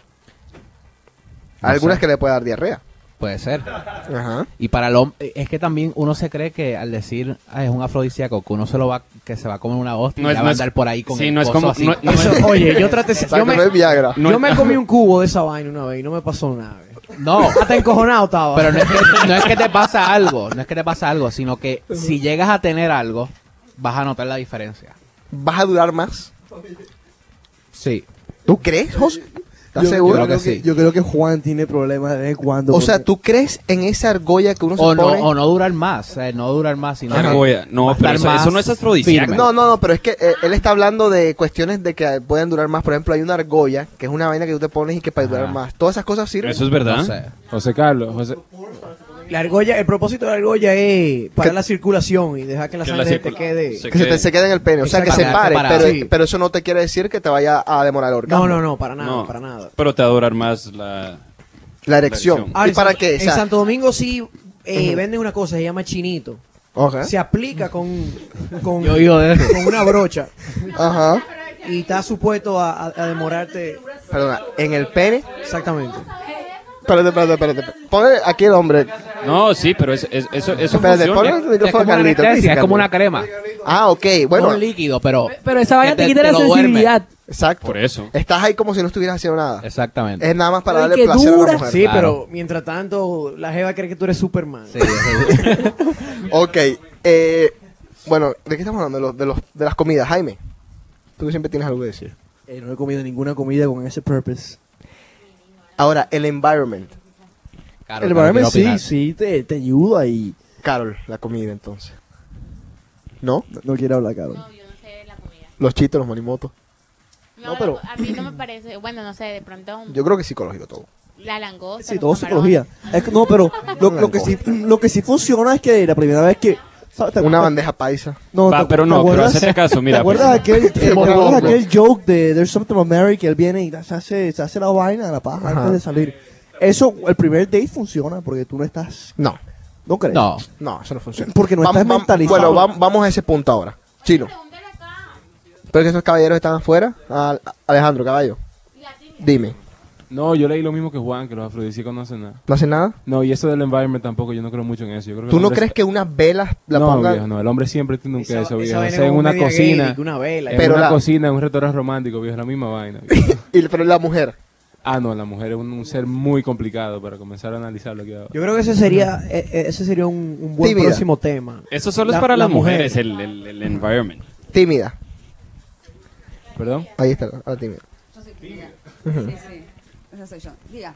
S13: No
S5: Hay algunas
S13: sé.
S5: que le puede dar diarrea.
S13: Puede ser.
S5: Ajá.
S13: Y para el hombre, es que también uno se cree que al decir "Ah, es un afrodisíaco, que uno se lo va, que se va a comer una hostia
S7: No
S13: y
S7: es-
S13: la
S7: no
S13: va a
S7: es-
S13: andar por ahí con
S7: sí,
S13: el
S7: no es
S13: coso
S7: como-
S13: así.
S7: no- no es-
S8: Eso, oye, yo traté.
S5: Exacto,
S8: yo me,
S5: no es Viagra.
S8: yo me comí un cubo de esa vaina una vez y no me pasó nada.
S13: No.
S8: Hasta encojonado estaba.
S13: Pero no es, que, no es que te pasa algo, no es que te pasa algo, sino que si llegas a tener algo, vas a notar la diferencia.
S5: ¿Vas a durar más?
S13: Sí.
S5: ¿Tú crees, José? ¿Estás
S6: Yo-
S5: seguro?
S6: Yo creo, que, yo creo que Juan tiene problemas de vez en cuando.
S5: O sea,
S6: porque-
S5: ¿tú crees en esa argolla que uno
S13: O
S5: se
S13: no,
S5: pone?
S13: o no durar más, eh, no durar más, sino
S7: Ajá.
S13: que
S7: Argolla. No,
S13: va a
S7: pero
S13: estar
S7: eso- eso no es afrodisíaco.
S13: firme.
S5: No, no, no, pero es que eh, él está hablando de cuestiones de que pueden durar más. Por ejemplo, hay una argolla, que es una vaina que tú te pones y que para durar más. Todas esas cosas sirven.
S7: Eso es verdad.
S13: No sé.
S17: José Carlos, José,
S8: La argolla, el propósito de la argolla es parar la circulación y dejar que la
S7: Que la
S8: sangre te
S7: circula-
S8: quede.
S7: se
S5: Que se, te, se quede en el pene, o sea, que se
S8: Exacto.
S5: pare,
S8: Separado.
S5: pero,
S8: Sí.
S5: pero eso no te quiere decir que te vaya a demorar el orgasmo.
S8: No, no, no, para nada,
S7: No.
S8: para nada.
S7: Pero te va a durar más la...
S5: La erección.
S8: Ah,
S5: ¿Y
S8: en
S5: para
S8: San-
S5: qué? O
S8: En
S5: sea,
S8: Santo Domingo sí eh,
S5: Ujú.
S8: venden una cosa, se llama chinito.
S5: ok.
S8: Se aplica con, con,
S13: Yo he oído de eso.
S8: con una brocha
S5: Ajá.
S8: y está supuesto a, a- a demorarte.
S5: Perdona, en el pene.
S8: Exactamente.
S5: Espérate, espérate, espérate. espérate. Ponle aquí el hombre.
S7: No, sí, pero es, es- eso, eso
S5: Espérate,
S7: funciona.
S5: ponle el
S13: Es
S5: micrófono
S13: como
S5: a
S13: una
S5: Carlito. pues. ¿Qué dice
S13: anestesia, es como una
S5: Carlito?
S13: crema.
S5: Ah, ok,
S13: Bueno,
S5: bueno.
S13: un líquido, pero
S15: Pero esa vaina
S13: que
S15: te quita la
S13: lo duerme.
S15: sensibilidad.
S5: Exacto.
S7: Por eso.
S5: Estás ahí como si no estuvieras haciendo nada.
S13: Exactamente.
S5: Es nada más para
S15: Pero
S5: darle
S15: que
S5: placer a
S15: dura.
S5: la mujer.
S8: Sí,
S13: Claro.
S8: pero mientras tanto la jeva cree que tú eres Superman.
S13: Sí, sí.
S5: Ok. eh, bueno, ¿de qué estamos hablando? De, los, de, los, de las comidas. Jaime, tú que siempre tienes algo que decir.
S6: Eh, no he comido ninguna comida con ese purpose.
S5: Ahora, el environment.
S13: Claro,
S6: el
S13: claro,
S6: barrio
S13: quiero
S6: sí,
S13: opinar.
S6: sí, te, te ayuda y...
S5: Carol, la comida entonces. ¿No?
S6: No, no quiero hablar, Carol.
S14: No, yo no sé de la comida.
S5: Los chitos, los marimotos. No,
S14: No, la-
S5: pero-
S14: a mí no me parece. Bueno, no sé, de pronto
S5: Yo creo que es psicológico todo.
S14: la langosta.
S6: Sí,
S14: los
S6: todo
S14: camarones.
S6: psicología. Es que- no, pero lo, lo que sí, lo que sí funciona es que la primera vez que... ¿sabes? ¿Te
S5: Una
S6: acuerdas?
S5: bandeja paisa.
S6: No,
S7: Va,
S6: te-
S7: pero
S6: ¿te
S7: no, pero
S6: acuerdas?
S7: hazte caso, mira.
S6: ¿Te acuerdas de
S7: pues.
S6: aquel, eh, ¿te
S5: Morbo,
S6: acuerdas
S5: bro.
S6: de aquel joke de There's Something About Mary que él viene y se hace, se hace la vaina, la paja
S5: Ajá.
S6: antes de salir? Eso, el primer date funciona porque tú no estás.
S5: No,
S6: ¿No crees?
S13: No.
S5: no, eso no funciona.
S6: Porque no
S5: Vam-
S6: estás
S5: vam-
S6: mentalizado.
S5: Bueno, vam- vamos a ese punto ahora. Chino. Pero que esos caballeros están afuera. Al- Alejandro, caballo. Dime,
S17: No, yo leí lo mismo que Juan, que los afrodisíacos no hacen nada.
S5: ¿no hacen nada?
S17: No, y eso del environment tampoco, yo no creo mucho en eso. Yo creo que
S5: ¿Tú
S17: el
S5: no
S17: hombre
S5: crees que unas velas la
S17: no,
S5: pongan?
S17: viejo, no, el hombre siempre tiene un
S8: Esa-
S17: queso,
S8: esa
S17: viejo.
S8: vaina
S17: O sea, en
S8: como
S17: una
S8: media
S17: cocina.
S8: gaelic, una vela.
S17: en
S5: Pero
S17: una
S5: la-
S17: cocina, en un restaurante romántico, viejo, es la misma vaina. viejo.
S5: Y, pero la mujer.
S17: ah, no, la mujer es un, un ser muy complicado para comenzar a analizarlo aquí ahora.
S8: Yo creo que ese sería
S16: e,
S8: eh, eh, ese sería un, un buen
S5: Tímida.
S8: próximo tema.
S7: Eso solo
S8: La-
S7: es para
S8: la
S7: las
S8: mujer.
S7: mujeres, el, el, el environment.
S5: Tímida.
S17: ¿Perdón?
S5: Ahí está, la- la tímida.
S9: Yo soy tímida. Sí, sí. Esa soy yo. Diga.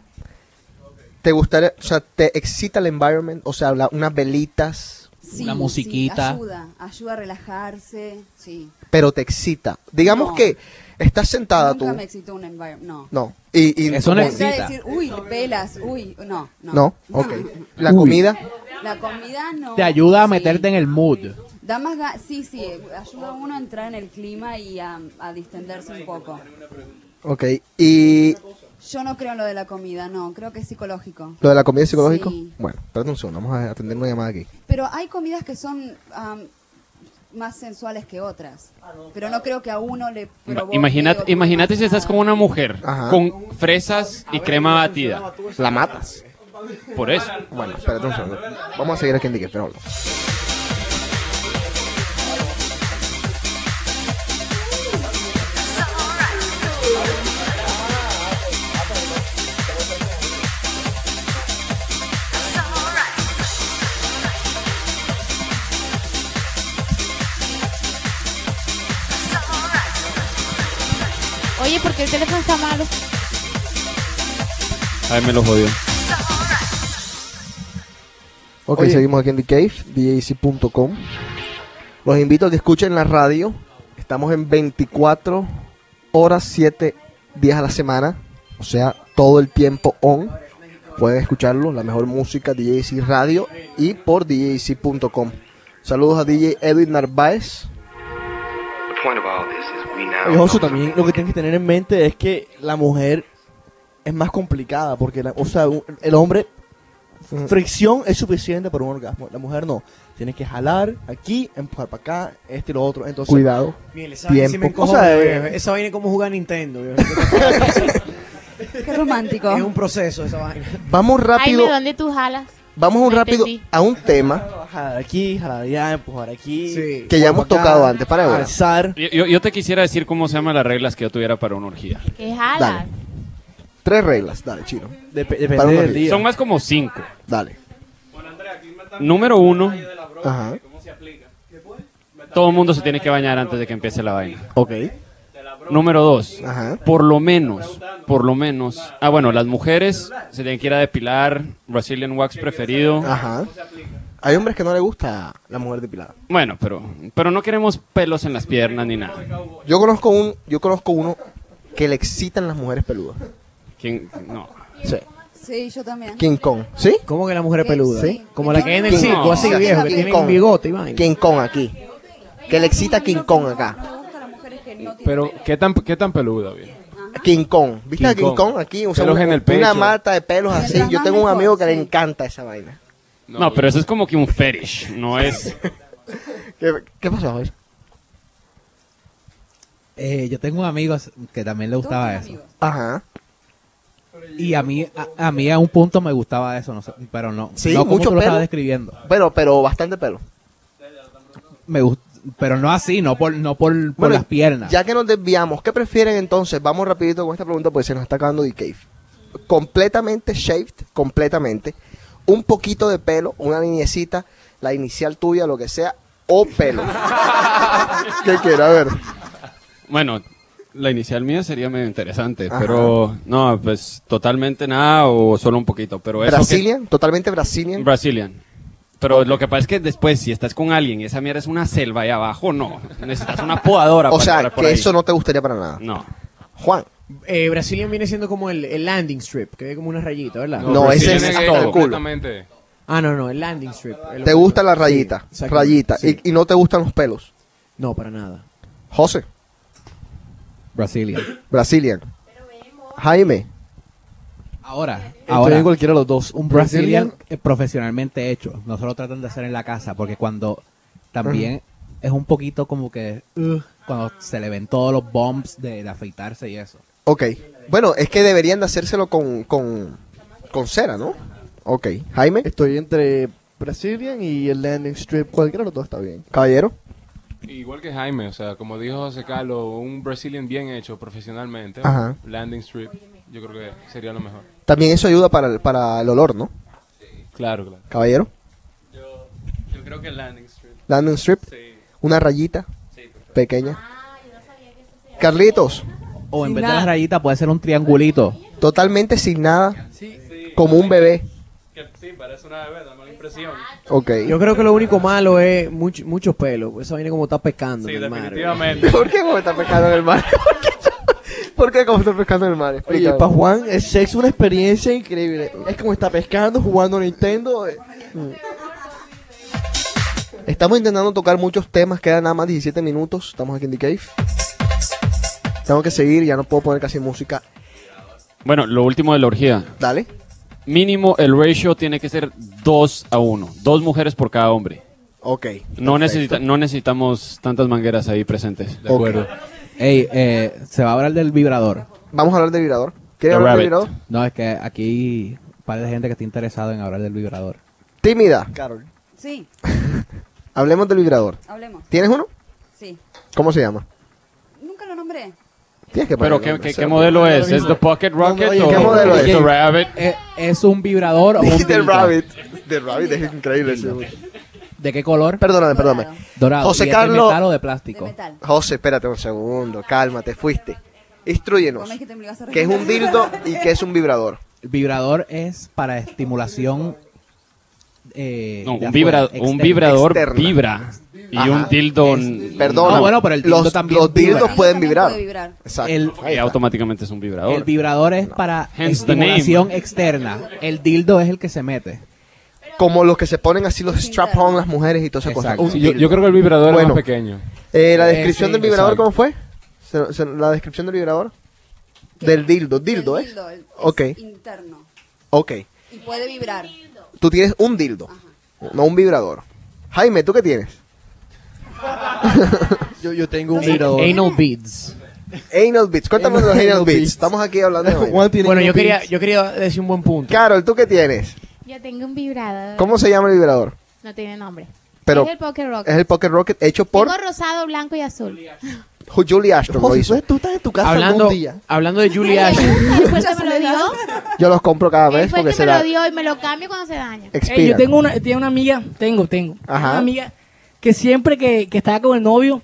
S5: ¿Te gustaría, o sea, te excita el environment? O sea, la- unas velitas,
S9: Sí,
S13: Una musiquita.
S9: sí, ayuda, ayuda a relajarse. Sí.
S5: pero te excita. Digamos
S9: No.
S5: que estás sentada
S9: Nunca
S5: tú.
S9: me excitó un environment. No.
S5: No. Y, y
S13: Eso no
S5: como-
S9: Pensar
S13: excita.
S9: decir, uy, velas, uy, no, no.
S5: No, ok. La comida.
S9: La comida no.
S13: Te ayuda a
S9: sí.
S13: meterte en el mood.
S9: Da más ga- sí, sí, ayuda a uno a entrar en el clima y a, a distenderse un poco.
S5: Ok, y
S9: Yo no creo en lo de la comida, no, creo que es psicológico.
S5: lo de la comida psicológica.
S9: Sí.
S5: Bueno, espérate un segundo, vamos a atender una llamada aquí.
S9: Pero hay comidas que son am, más sensuales que otras. Pero no creo que a uno le
S7: Ima-
S9: provoque o
S7: Imagínate,
S9: que-
S7: imagínate si estás con una mujer
S5: Ajá.
S7: con fresas y crema batida.
S5: La matas.
S7: Por eso.
S5: Bueno, espérate un segundo. Vamos a seguir aquí en Dique, pero no.
S14: Oye, ¿por qué el teléfono está malo?
S7: Ay, me lo jodió.
S5: Ok,
S7: Oye.
S5: seguimos aquí en The Cave, DJC.com. Los invito a que escuchen la radio. Estamos en 24 horas, 7 días a la semana. O sea, todo el tiempo on. Pueden escucharlo, la mejor música, DJC Radio y por DJC.com. Saludos a DJ Edwin Narváez.
S6: Y Josu, también lo que tienes que tener en mente es que la mujer es más complicada, porque, la- o sea, un- el hombre,
S5: Mm.
S6: fricción es suficiente para un orgasmo, la mujer no. Tienes que jalar aquí, empujar para acá, este y lo otro. Entonces,
S5: Cuidado.
S16: Miguel, esa vaina sí me
S6: O
S16: encojona,
S6: sea,
S16: viejo.
S6: eh,
S16: Esa vaina es como jugar a Nintendo. viejo.
S9: Qué romántico.
S16: Es un proceso esa vaina.
S5: Vamos rápido,
S14: Jaime, ¿dónde tú jalas?
S5: vamos un
S14: no
S5: rápido
S14: entendí.
S5: a un tema
S6: jalar aquí, jalar allá, pues, empujar aquí.
S5: que ya hemos tocado antes. Para ahora.
S6: Alzar.
S7: Yo, yo- yo te quisiera decir cómo se llaman las reglas que yo tuviera para una orgía.
S14: ¿Qué jalas?
S5: Dale. Tres reglas, dale, chino.
S6: depende
S5: Para una
S6: del
S5: orgía.
S6: día.
S7: Son más como cinco.
S5: Dale.
S7: Número uno,
S5: Ajá.
S7: todo el mundo se tiene que bañar antes de que empiece la vaina.
S5: Ok.
S7: Número dos,
S5: Ajá.
S7: por lo menos, por lo menos. Ah, bueno, las mujeres se tienen que ir a depilar, Brazilian wax preferido.
S5: Ajá. Hay hombres que no les gusta la mujer depilada.
S7: Bueno, pero, pero no queremos pelos en las piernas ni nada.
S5: Yo conozco un, yo conozco uno que le excitan las mujeres peludas.
S7: ¿Quién? No.
S5: Sí.
S9: Sí, yo también.
S5: King Kong, ¿sí?
S16: ¿Cómo que la mujer es peluda?
S5: Sí.
S16: Como la que hay en el
S5: King-
S16: circo, así
S5: no.
S16: viejo, que
S5: King
S16: tiene
S5: Kong.
S16: un bigote y vaina.
S5: King Kong aquí. Que le excita King Kong acá.
S17: Pero, ¿qué tan, qué tan peluda, viejo?
S5: King Kong. ¿Viste
S17: King
S5: a King
S17: Kong.
S5: Kong aquí? O sea,
S17: Pelos
S5: un-
S17: en el
S5: Una
S17: pecho.
S5: mata de pelos así. Yo tengo un amigo que le encanta esa vaina.
S7: No, pero eso es como que un fetish, no es...
S5: ¿Qué, qué pasó, Javier?
S13: Eh, yo tengo un amigo que también le gustaba eso.
S5: Ajá.
S13: Y a mí, a, a mí a un punto me gustaba eso, no sé, pero no.
S5: Sí,
S13: no como
S5: mucho
S13: tú lo
S5: pelo.
S13: estabas describiendo.
S5: Pero, pero bastante pelo.
S13: Me gust- pero no así, no por, no por, por
S5: Bueno,
S13: las piernas.
S5: Ya que nos desviamos, ¿qué prefieren entonces? Vamos rapidito con esta pregunta porque se nos está acabando The Cave. Completamente shaved, completamente. Un poquito de pelo, una liniecita, la inicial tuya, lo que sea, o pelo. ¿Qué quiera ver?
S7: Bueno, la inicial mía sería medio interesante, pero no, pues totalmente nada o solo un poquito, pero eso que-
S5: Brazilian, totalmente Brazilian.
S7: Brazilian. Pero lo que pasa es que después, si estás con alguien y esa mierda es una selva y abajo, no. Necesitas una podadora pues, para
S5: o sea,
S7: entrar por
S5: que
S7: ahí.
S5: eso no te gustaría para nada.
S7: No.
S5: Juan,
S16: Eh, Brazilian viene siendo como el, el landing strip, que es como una rayita, ¿verdad?
S5: No, No, ese Brazilian es es hasta el culo.
S17: completamente.
S16: Ah, no, no, el landing strip. el-
S5: ¿te gusta la rayita?
S16: Sí, exacto.
S5: rayita.
S16: Sí.
S5: Y, y no te gustan los pelos.
S16: No, para nada.
S5: José,
S13: Brasilia.
S5: Brazilian. Jaime,
S13: Ahora,
S6: Estoy
S13: ahora.
S6: en cualquiera de los dos. Un
S13: Brazilian
S6: Brazilian.
S13: eh, profesionalmente hecho. Nosotros tratan de hacer en la casa porque cuando también es un poquito como que uh, cuando se le ven todos los bumps de, de afeitarse y eso.
S5: ok. Bueno, es que deberían de hacérselo con, con, con cera, ¿no? Ok. Jaime,
S6: Estoy entre Brazilian y el landing strip. Cualquiera de los dos está bien.
S5: caballero.
S17: Igual que Jaime, o sea, como dijo José Carlos, un Brazilian bien hecho profesionalmente,
S5: Ajá.
S17: landing strip, yo creo que sería lo mejor.
S5: También eso ayuda para el, para el olor, ¿no?
S17: Claro, claro.
S5: Caballero,
S18: Yo creo que landing strip.
S5: landing strip,
S18: Sí.
S5: una rayita pequeña. Carlitos,
S13: O en
S5: Sin
S13: vez de
S5: nada.
S13: las rayitas puede ser un triangulito.
S5: totalmente sin nada, como un bebé.
S18: Que sí, parece una bebé, da mala impresión.
S5: Ok.
S16: Yo creo que lo único malo es mucho, muchos pelos. Esa vaina como está pescando en el mar.
S18: definitivamente.
S5: ¿Por qué como está pescando en el mar? ¿Por qué como está pescando en el mar?
S6: Oye,
S5: Explícame.
S6: para Juan, el sexo es una experiencia increíble. Es como está pescando, jugando a Nintendo. eh.
S5: Mm. Estamos intentando tocar muchos temas, quedan nada más 17 minutos. Estamos aquí en The Cave. Tengo que seguir, ya no puedo poner casi música.
S7: Bueno, lo último de la orgía.
S5: Dale.
S7: Mínimo, el ratio tiene que ser 2 a 1. Dos mujeres por cada hombre.
S5: Ok.
S7: No,
S5: perfecto.
S7: necesita, no necesitamos tantas mangueras ahí presentes.
S13: De acuerdo. Ey, eh, se va a hablar del vibrador.
S5: Vamos a hablar del vibrador.
S7: The
S5: ¿Quieres hablar del
S7: rabbit.
S5: vibrador?
S13: No, es que aquí un par de gente que está interesado en hablar del vibrador.
S5: Tímida.
S9: Sí,
S5: Hablemos del vibrador.
S9: hablemos.
S5: ¿Tienes uno?
S9: Sí.
S5: ¿Cómo se llama?
S9: Nunca lo nombré.
S5: Tienes que
S7: Pero,
S5: ponerlo,
S7: ¿qué,
S5: hombre,
S7: qué,
S5: se
S7: qué
S5: lo-
S7: modelo
S5: Ahora
S7: es? ¿Es
S5: mismo.
S7: The Pocket Rocket
S5: oye,
S7: o
S5: ¿qué modelo es?
S7: The Rabbit?
S13: Eh, ¿Es un vibrador o un
S5: Dijiste el
S13: dildo?
S5: rabbit. The rabbit es increíble. ese.
S13: ¿De qué color?
S5: Perdóname, perdóname.
S13: Dorado.
S5: José
S13: ¿Y es
S5: Carlos.
S13: ¿De metal o de plástico?
S5: José, espérate un segundo. Cálmate, fuiste. Instruyenos.
S9: Vos me dijiste que me ibas a
S5: ¿Qué es un
S9: regañar.
S5: dildo y qué es un vibrador?
S13: El vibrador es para estimulación. eh,
S7: No,
S13: de
S7: un,
S13: afuera,
S7: vibra- un
S13: externa.
S7: vibrador
S13: Externa.
S7: vibra. Y
S13: Ajá.
S7: un dildo. n-
S5: Perdona.
S13: No, bueno, pero el dildo
S5: los,
S13: también
S5: los
S13: vibra.
S5: dildos pueden
S9: También
S5: vibrar.
S9: puede vibrar.
S5: Exacto.
S13: El-
S7: Y automáticamente es un vibrador.
S13: El vibrador es para
S7: Hence the
S13: estimulación externa. El dildo es el que se mete.
S5: Como los que se ponen así los strap-on las mujeres y todas esas cosas.
S13: Exacto.
S5: Un
S17: Yo,
S5: dildo.
S17: yo creo que el vibrador
S5: Bueno,
S17: es más pequeño.
S5: eh, la
S13: Eh,
S5: descripción
S13: sí,
S5: del vibrador,
S13: exacto.
S5: ¿cómo fue? Se- se- la descripción del vibrador. Del dildo, dildo, ¿eh?
S9: Dildo, el- es
S5: Ok,
S9: interno.
S5: ok.
S9: Y puede vibrar.
S5: Tú tienes un dildo, no un vibrador. Jaime, ¿tú qué tienes?
S16: Yo, yo tengo un
S13: Anal-
S16: vibrador.
S13: Anal beads.
S5: Anal Beats, cuéntame de los Anal Beats. Estamos aquí hablando de vaina.
S16: Bueno, yo quería, yo quería decir un buen punto.
S5: Carol, ¿tú qué tienes?
S14: Yo tengo un vibrador.
S5: ¿Cómo se llama el vibrador?
S14: No tiene nombre.
S5: Pero-
S14: es el Pocket Rock.
S5: Es el Pocket Rocket hecho por
S14: Tengo rosado, blanco y azul.
S5: Julie Ashton. Lo
S16: José,
S5: hizo.
S16: tú- tú estás en tu casa
S15: Hablando,
S16: algún día.
S15: hablando de Julie
S14: Él
S15: Ashton.
S14: fue el que me lo dio.
S5: Yo los compro cada
S14: Él
S5: vez
S14: fue el que
S5: porque se
S14: me lo
S5: da.
S14: dio y me lo cambio cuando se daña.
S5: Expira.
S15: Ey, yo tengo una, tengo una amiga, tengo, tengo.
S5: Ajá.
S15: Una amiga que siempre que, que estaba con el novio,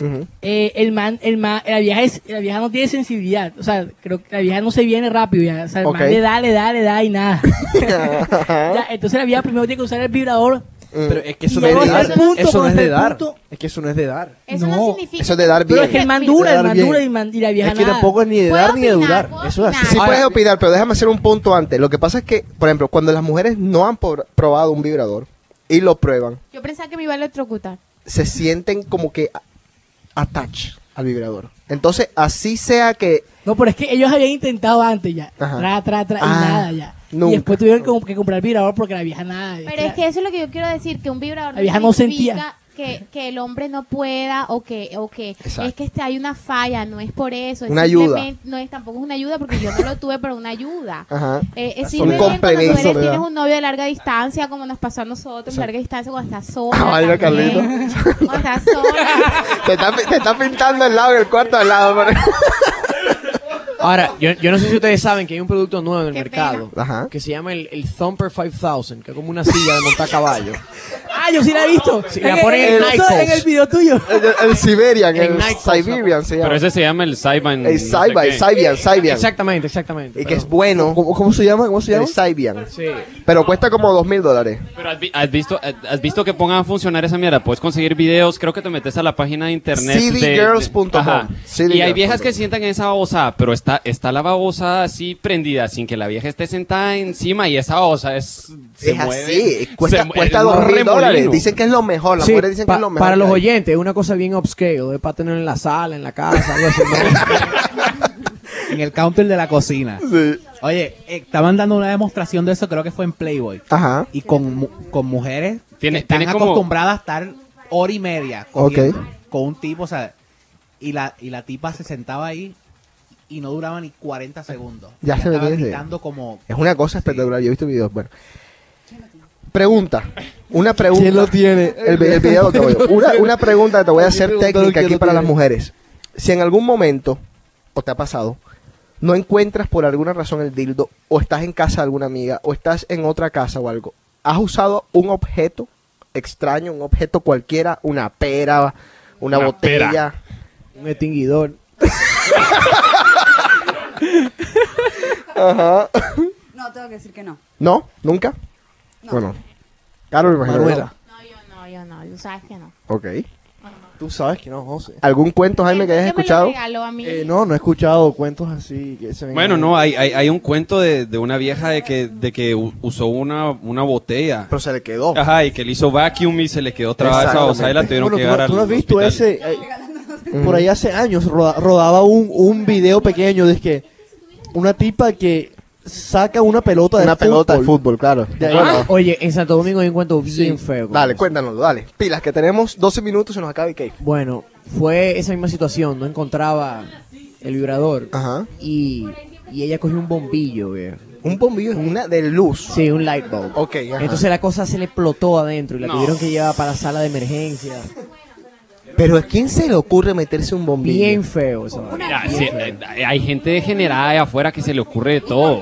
S5: Ujú.
S15: eh, el man, el man, la vieja, es- la vieja no tiene sensibilidad. O sea, creo que la vieja no se viene rápido ya. O sea, el
S5: Ok.
S15: man le da, le da, le da y nada. Ya, entonces la vieja primero tiene que usar el vibrador.
S16: Pero es que eso
S15: Y
S16: no es de
S15: llegó
S16: dar.
S15: hasta el punto,
S16: Eso no es
S15: hasta
S16: de
S15: el
S16: dar.
S15: punto.
S16: Es que eso no es de dar.
S14: Eso no,
S15: No,
S14: significa.
S5: Eso es de dar
S15: Pero es que
S5: bien.
S15: el man dura, el
S16: Dar
S15: man
S16: bien.
S15: dura y, el man- y la vieja
S16: Es que
S15: nada.
S16: tampoco es ni de
S14: Puedo
S16: dar ni de
S14: opinar,
S16: durar.
S14: puedo
S16: Eso es así.
S5: Sí
S14: Ahora-
S5: puedes opinar, pero déjame hacer un punto antes. Lo que pasa es que, por ejemplo, cuando las mujeres no han por- probado un vibrador y lo prueban,
S14: Yo pensaba que me iba a electrocutar.
S5: se sienten como que a- attach al vibrador. Entonces, así sea que
S15: No, pero es que ellos habían intentado antes ya.
S5: Ajá.
S15: Tra, tra, tra,
S5: Ah,
S15: y nada ya.
S5: nunca.
S15: Y después tuvieron que, que comprar el vibrador porque la vieja nada.
S14: Pero es que eso es lo que yo quiero decir, que un vibrador
S15: La vieja no
S14: significa
S15: sentía.
S14: Que, que el hombre no pueda o que, o que
S5: Exacto.
S14: es que este- hay una falla, no es por eso. es
S5: Una ayuda.
S14: simplemente- No es tampoco es una ayuda porque yo no lo tuve, pero una ayuda.
S5: Ajá.
S14: Eh, es
S5: Un
S14: simplemente cuando tú
S5: complemento,
S14: eres-
S5: Ah. ¿verdad?
S14: tienes un novio de larga distancia, como nos pasó a nosotros, larga distancia cuando estás sola.
S5: Ay, la
S14: también.
S5: Carlita.
S14: Cuando estás sola.
S5: te está, pi- te está pintando el lado y el cuarto al lado.
S16: Ahora, yo, yo no sé si ustedes saben que hay un producto nuevo en el
S14: Qué
S16: mercado
S5: Ajá.
S16: que se llama el, el Thumper 5000, que es como una silla de montar caballo.
S15: Ah, yo sí la he visto.
S16: Sí,
S15: En
S16: la
S15: el-
S16: ponen en
S15: en
S16: Night
S15: el- en
S16: Post.
S15: el video tuyo.
S5: El, el- el Siberian,
S16: En
S5: el
S16: Night Coast,
S5: Siberian se
S7: Pero
S5: llama.
S7: ese se llama el Saiban. no
S5: El
S7: sé
S5: Saiba, el
S7: qué.
S5: Saibian, Saibian.
S16: Exactamente, exactamente.
S5: Y que es bueno.
S6: ¿Cómo, cómo se llama? ¿Cómo se llama?
S5: El Saibian.
S16: Sí.
S5: Pero cuesta como dos mil dólares.
S7: Pero has, vi- has visto, has visto que pongan a funcionar esa mierda. Puedes conseguir videos. Creo que te metes a la página de internet. de-
S5: cdgirls.com.
S7: de- Ajá.
S5: cdgirls.com.
S7: Y hay viejas que sientan esa babosada, pero está, está la babosada así prendida, sin que la vieja esté sentada encima y esa babosada es. Se
S5: es
S7: mueve,
S5: así.
S7: se
S5: Cuesta,
S7: mue-
S5: cuesta
S7: es un
S5: dos mil
S7: remolino.
S5: dólares. Dicen que es lo mejor. Las
S16: Sí,
S5: mujeres dicen que
S16: pa-
S5: es lo mejor.
S16: para los
S5: que hay.
S16: oyentes, es una cosa bien upscale, es para tener en la sala, en la casa, algo así, ¿no?
S13: En el counter de la cocina. Oye, eh, estaban dando una demostración de eso, creo que fue en Playboy.
S5: Ajá.
S13: Y con, mu- con mujeres
S7: Tiene-
S13: que están
S7: tiene como-
S13: acostumbradas a estar hora y media cogiendo con un tipo, o sea, y la, y la tipa se sentaba ahí y no duraba ni 40 segundos.
S5: Ya se
S13: estaba
S5: metía ese-
S13: gritando como...
S5: Es una cosa espectacular. Yo he visto videos. Bueno. Pregunta. Una pregunta.
S6: ¿Quién lo tiene?
S5: El, vi- el video lo tengo yo. Una, una pregunta que te voy a hacer
S6: preguntaron
S5: técnica
S6: quién
S5: aquí
S6: lo
S5: para las
S6: tiene.
S5: mujeres. Si en algún momento, o te ha pasado, no encuentras por alguna razón el dildo, o estás en casa de alguna amiga, o estás en otra casa o algo, ¿has usado un objeto extraño, un objeto cualquiera, una pera, una,
S7: Una
S5: botella?
S7: pera.
S16: un extinguidor.
S5: Ajá.
S9: No, tengo que decir que no.
S5: ¿No? ¿Nunca?
S9: No.
S5: Bueno. Carol, imagino.
S16: Manuela.
S14: No, yo no, yo no. Tú sabes que no.
S5: Ok.
S14: Bueno, no.
S6: Tú sabes que no, José.
S5: ¿Algún cuento, Jaime, que hayas
S14: me lo
S5: escuchado?
S14: regaló a mí.
S6: Eh, no, no he escuchado cuentos así. Que se vengan-
S7: Bueno, no, hay, hay, hay un cuento de, de una vieja de que, de que u- usó una, una botella.
S5: Pero se le quedó.
S7: Ajá, y que le hizo vacuum y se le quedó trabada o sea, y la tuvieron
S6: Bueno,
S7: que
S6: tú no-
S7: llevar
S6: tú no
S7: al
S6: has visto
S7: hospital.
S6: ese. eh, por ahí hace años roda- rodaba un, un video pequeño de que una tipa que saca una pelota de
S5: Una
S6: fútbol.
S5: pelota de fútbol, claro.
S6: De ahí-
S5: Bueno,
S8: Oye, en Santo Domingo hay un cuento bien feo. con
S5: Dale,
S8: eso.
S5: cuéntanos, dale. Pilas, que tenemos 12 minutos y se nos acaba el cake.
S8: Bueno, fue esa misma situación, no encontraba el vibrador. Y, y ella cogió un bombillo, viejo.
S5: Un bombillo es una de luz.
S8: Sí, un light bulb.
S5: Ok, ajá.
S8: Entonces la cosa se le explotó adentro y la
S5: No.
S8: tuvieron que llevar para la sala de emergencia.
S5: Pero ¿a quién se le ocurre meterse un bombillo?
S8: Bien feo eso.
S7: Mira, sí, hay- hay gente degenerada de afuera que se le ocurre de todo.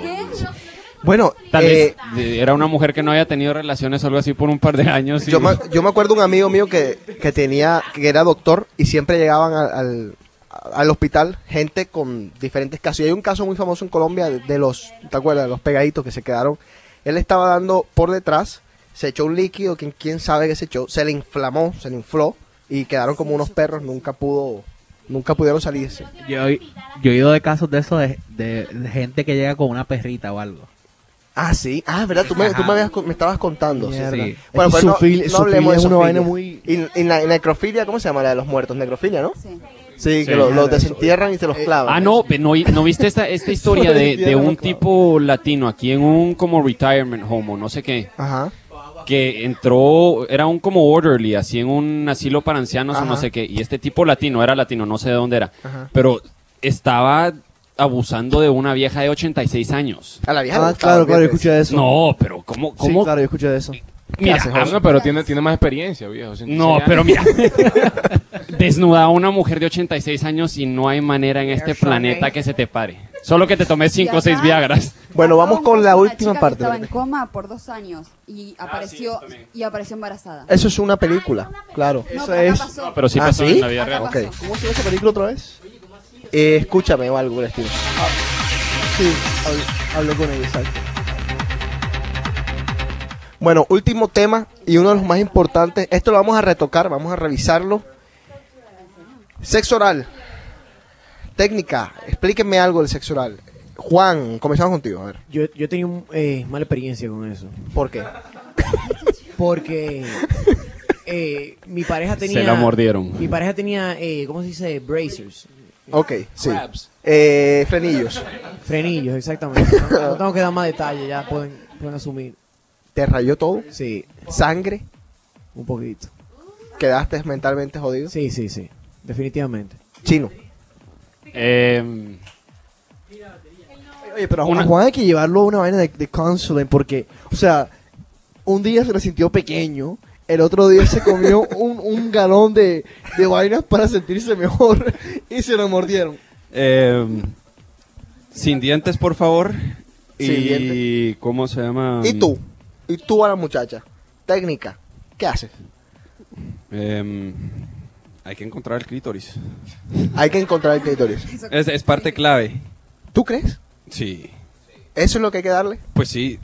S5: Bueno,
S7: Tal vez
S5: eh,
S7: de- era una mujer que no había tenido relaciones o algo así por un par de años. y-
S5: yo, me, yo me acuerdo un amigo mío que, que tenía, que era doctor y siempre llegaban al, al- al hospital gente con diferentes casos. Y hay un caso muy famoso en Colombia de, de los, ¿te acuerdas? De los pegaditos que se quedaron. Él estaba dando por detrás, se echó un líquido, que quién sabe qué se echó, se le inflamó, se le infló y quedaron como unos perros, nunca pudo, nunca pudieron salirse.
S13: Yo, yo he ido de casos de eso de, de- de gente que llega con una perrita o algo.
S5: Ah, sí. Ah, ¿verdad? Tú me, tú me, habías con- me estabas contando.
S13: Mierda. Es
S5: Bueno,
S13: que
S5: pues no,
S13: zoofilia-
S5: no
S13: zoofilia
S5: hablemos de
S13: es una
S5: zoofilia.
S13: vaina muy-
S5: Y, y la y necrofilia, ¿cómo se llama la de los muertos? Necrofilia, ¿no? Sí. Sí,
S7: Sí.
S5: que los desentierran y se los clavan.
S7: Ah, no, pe- no, vi- no viste esta, esta historia de, de un tipo latino aquí en un como retirement home o no sé qué.
S5: Ajá.
S7: Que entró, era un como orderly, así en un asilo para ancianos o no
S5: Ajá.
S7: sé qué. Y este tipo latino, era latino, no sé de dónde era.
S5: Ajá.
S7: Pero estaba abusando de una vieja de 86 años.
S5: A la
S6: vieja le Ah, gustaba, claro, claro, yo escuché eso.
S7: No, pero ¿cómo?
S6: Sí,
S7: cómo?
S6: claro, yo escuché de eso.
S7: Mira,
S6: ¿Qué haces,
S7: ah,
S6: José?
S7: no,
S17: pero tiene, tiene más experiencia, viejo.
S7: No,
S17: 86
S7: pero
S17: años.
S7: mira, desnudada una mujer de 86 años y no hay manera en este planeta que se te pare. Solo que te tomes 5 o 6 Viagras.
S5: Bueno, vamos con la
S9: Una chica
S5: última
S9: que
S5: parte.
S9: Estaba en coma por dos años
S7: Ah,
S9: y apareció, y apareció embarazada.
S5: Eso es una película, claro. ¿Ah,
S9: No, Eso acá es- pasó.
S7: No, pero sí pasó en la vida real.
S5: Ok.
S6: ¿Cómo se ve esa película otra vez?
S5: Eh, escúchame o algo por el estilo.
S6: Sí, hablé, hablé con ella, exacto.
S5: Bueno, último tema y uno de los más importantes. Esto lo vamos a retocar, vamos a revisarlo. Sexo oral. Técnica. Explíquenme algo del sexo oral. Juan, comenzamos contigo, a ver.
S8: Yo, yo tenía un, eh, mala experiencia con eso.
S5: ¿Por qué?
S8: Porque eh, mi pareja tenía...
S7: la mordieron.
S8: Mi pareja tenía, eh, ¿cómo se dice? Bracers.
S5: Ok, sí. Eh, frenillos.
S8: Frenillos, exactamente. No, no tengo que dar más detalle, ya pueden, pueden asumir.
S5: ¿Te rayó todo?
S8: Sí.
S5: ¿Sangre?
S8: Un poquito.
S5: ¿Quedaste mentalmente jodido?
S8: Sí, sí, sí. Definitivamente.
S5: Chino.
S7: Eh,
S6: Oye, pero a Juan- a Juan hay que llevarlo a una vaina de, de counseling porque, o sea, un día se le sintió pequeño, el otro día se comió un, un galón de, de vainas para sentirse mejor y se lo mordieron.
S7: eh, sin dientes, por favor.
S5: Sin
S7: Y cómo se llama.
S5: ¿Y tú? ¿Y tú a la muchacha? Técnica. ¿Qué haces?
S7: Eh, hay que encontrar el clítoris.
S5: Hay que encontrar el clitoris.
S7: Es, es parte clave.
S5: ¿Tú crees?
S7: Sí.
S5: ¿Eso es lo que hay que darle?
S7: Pues sí.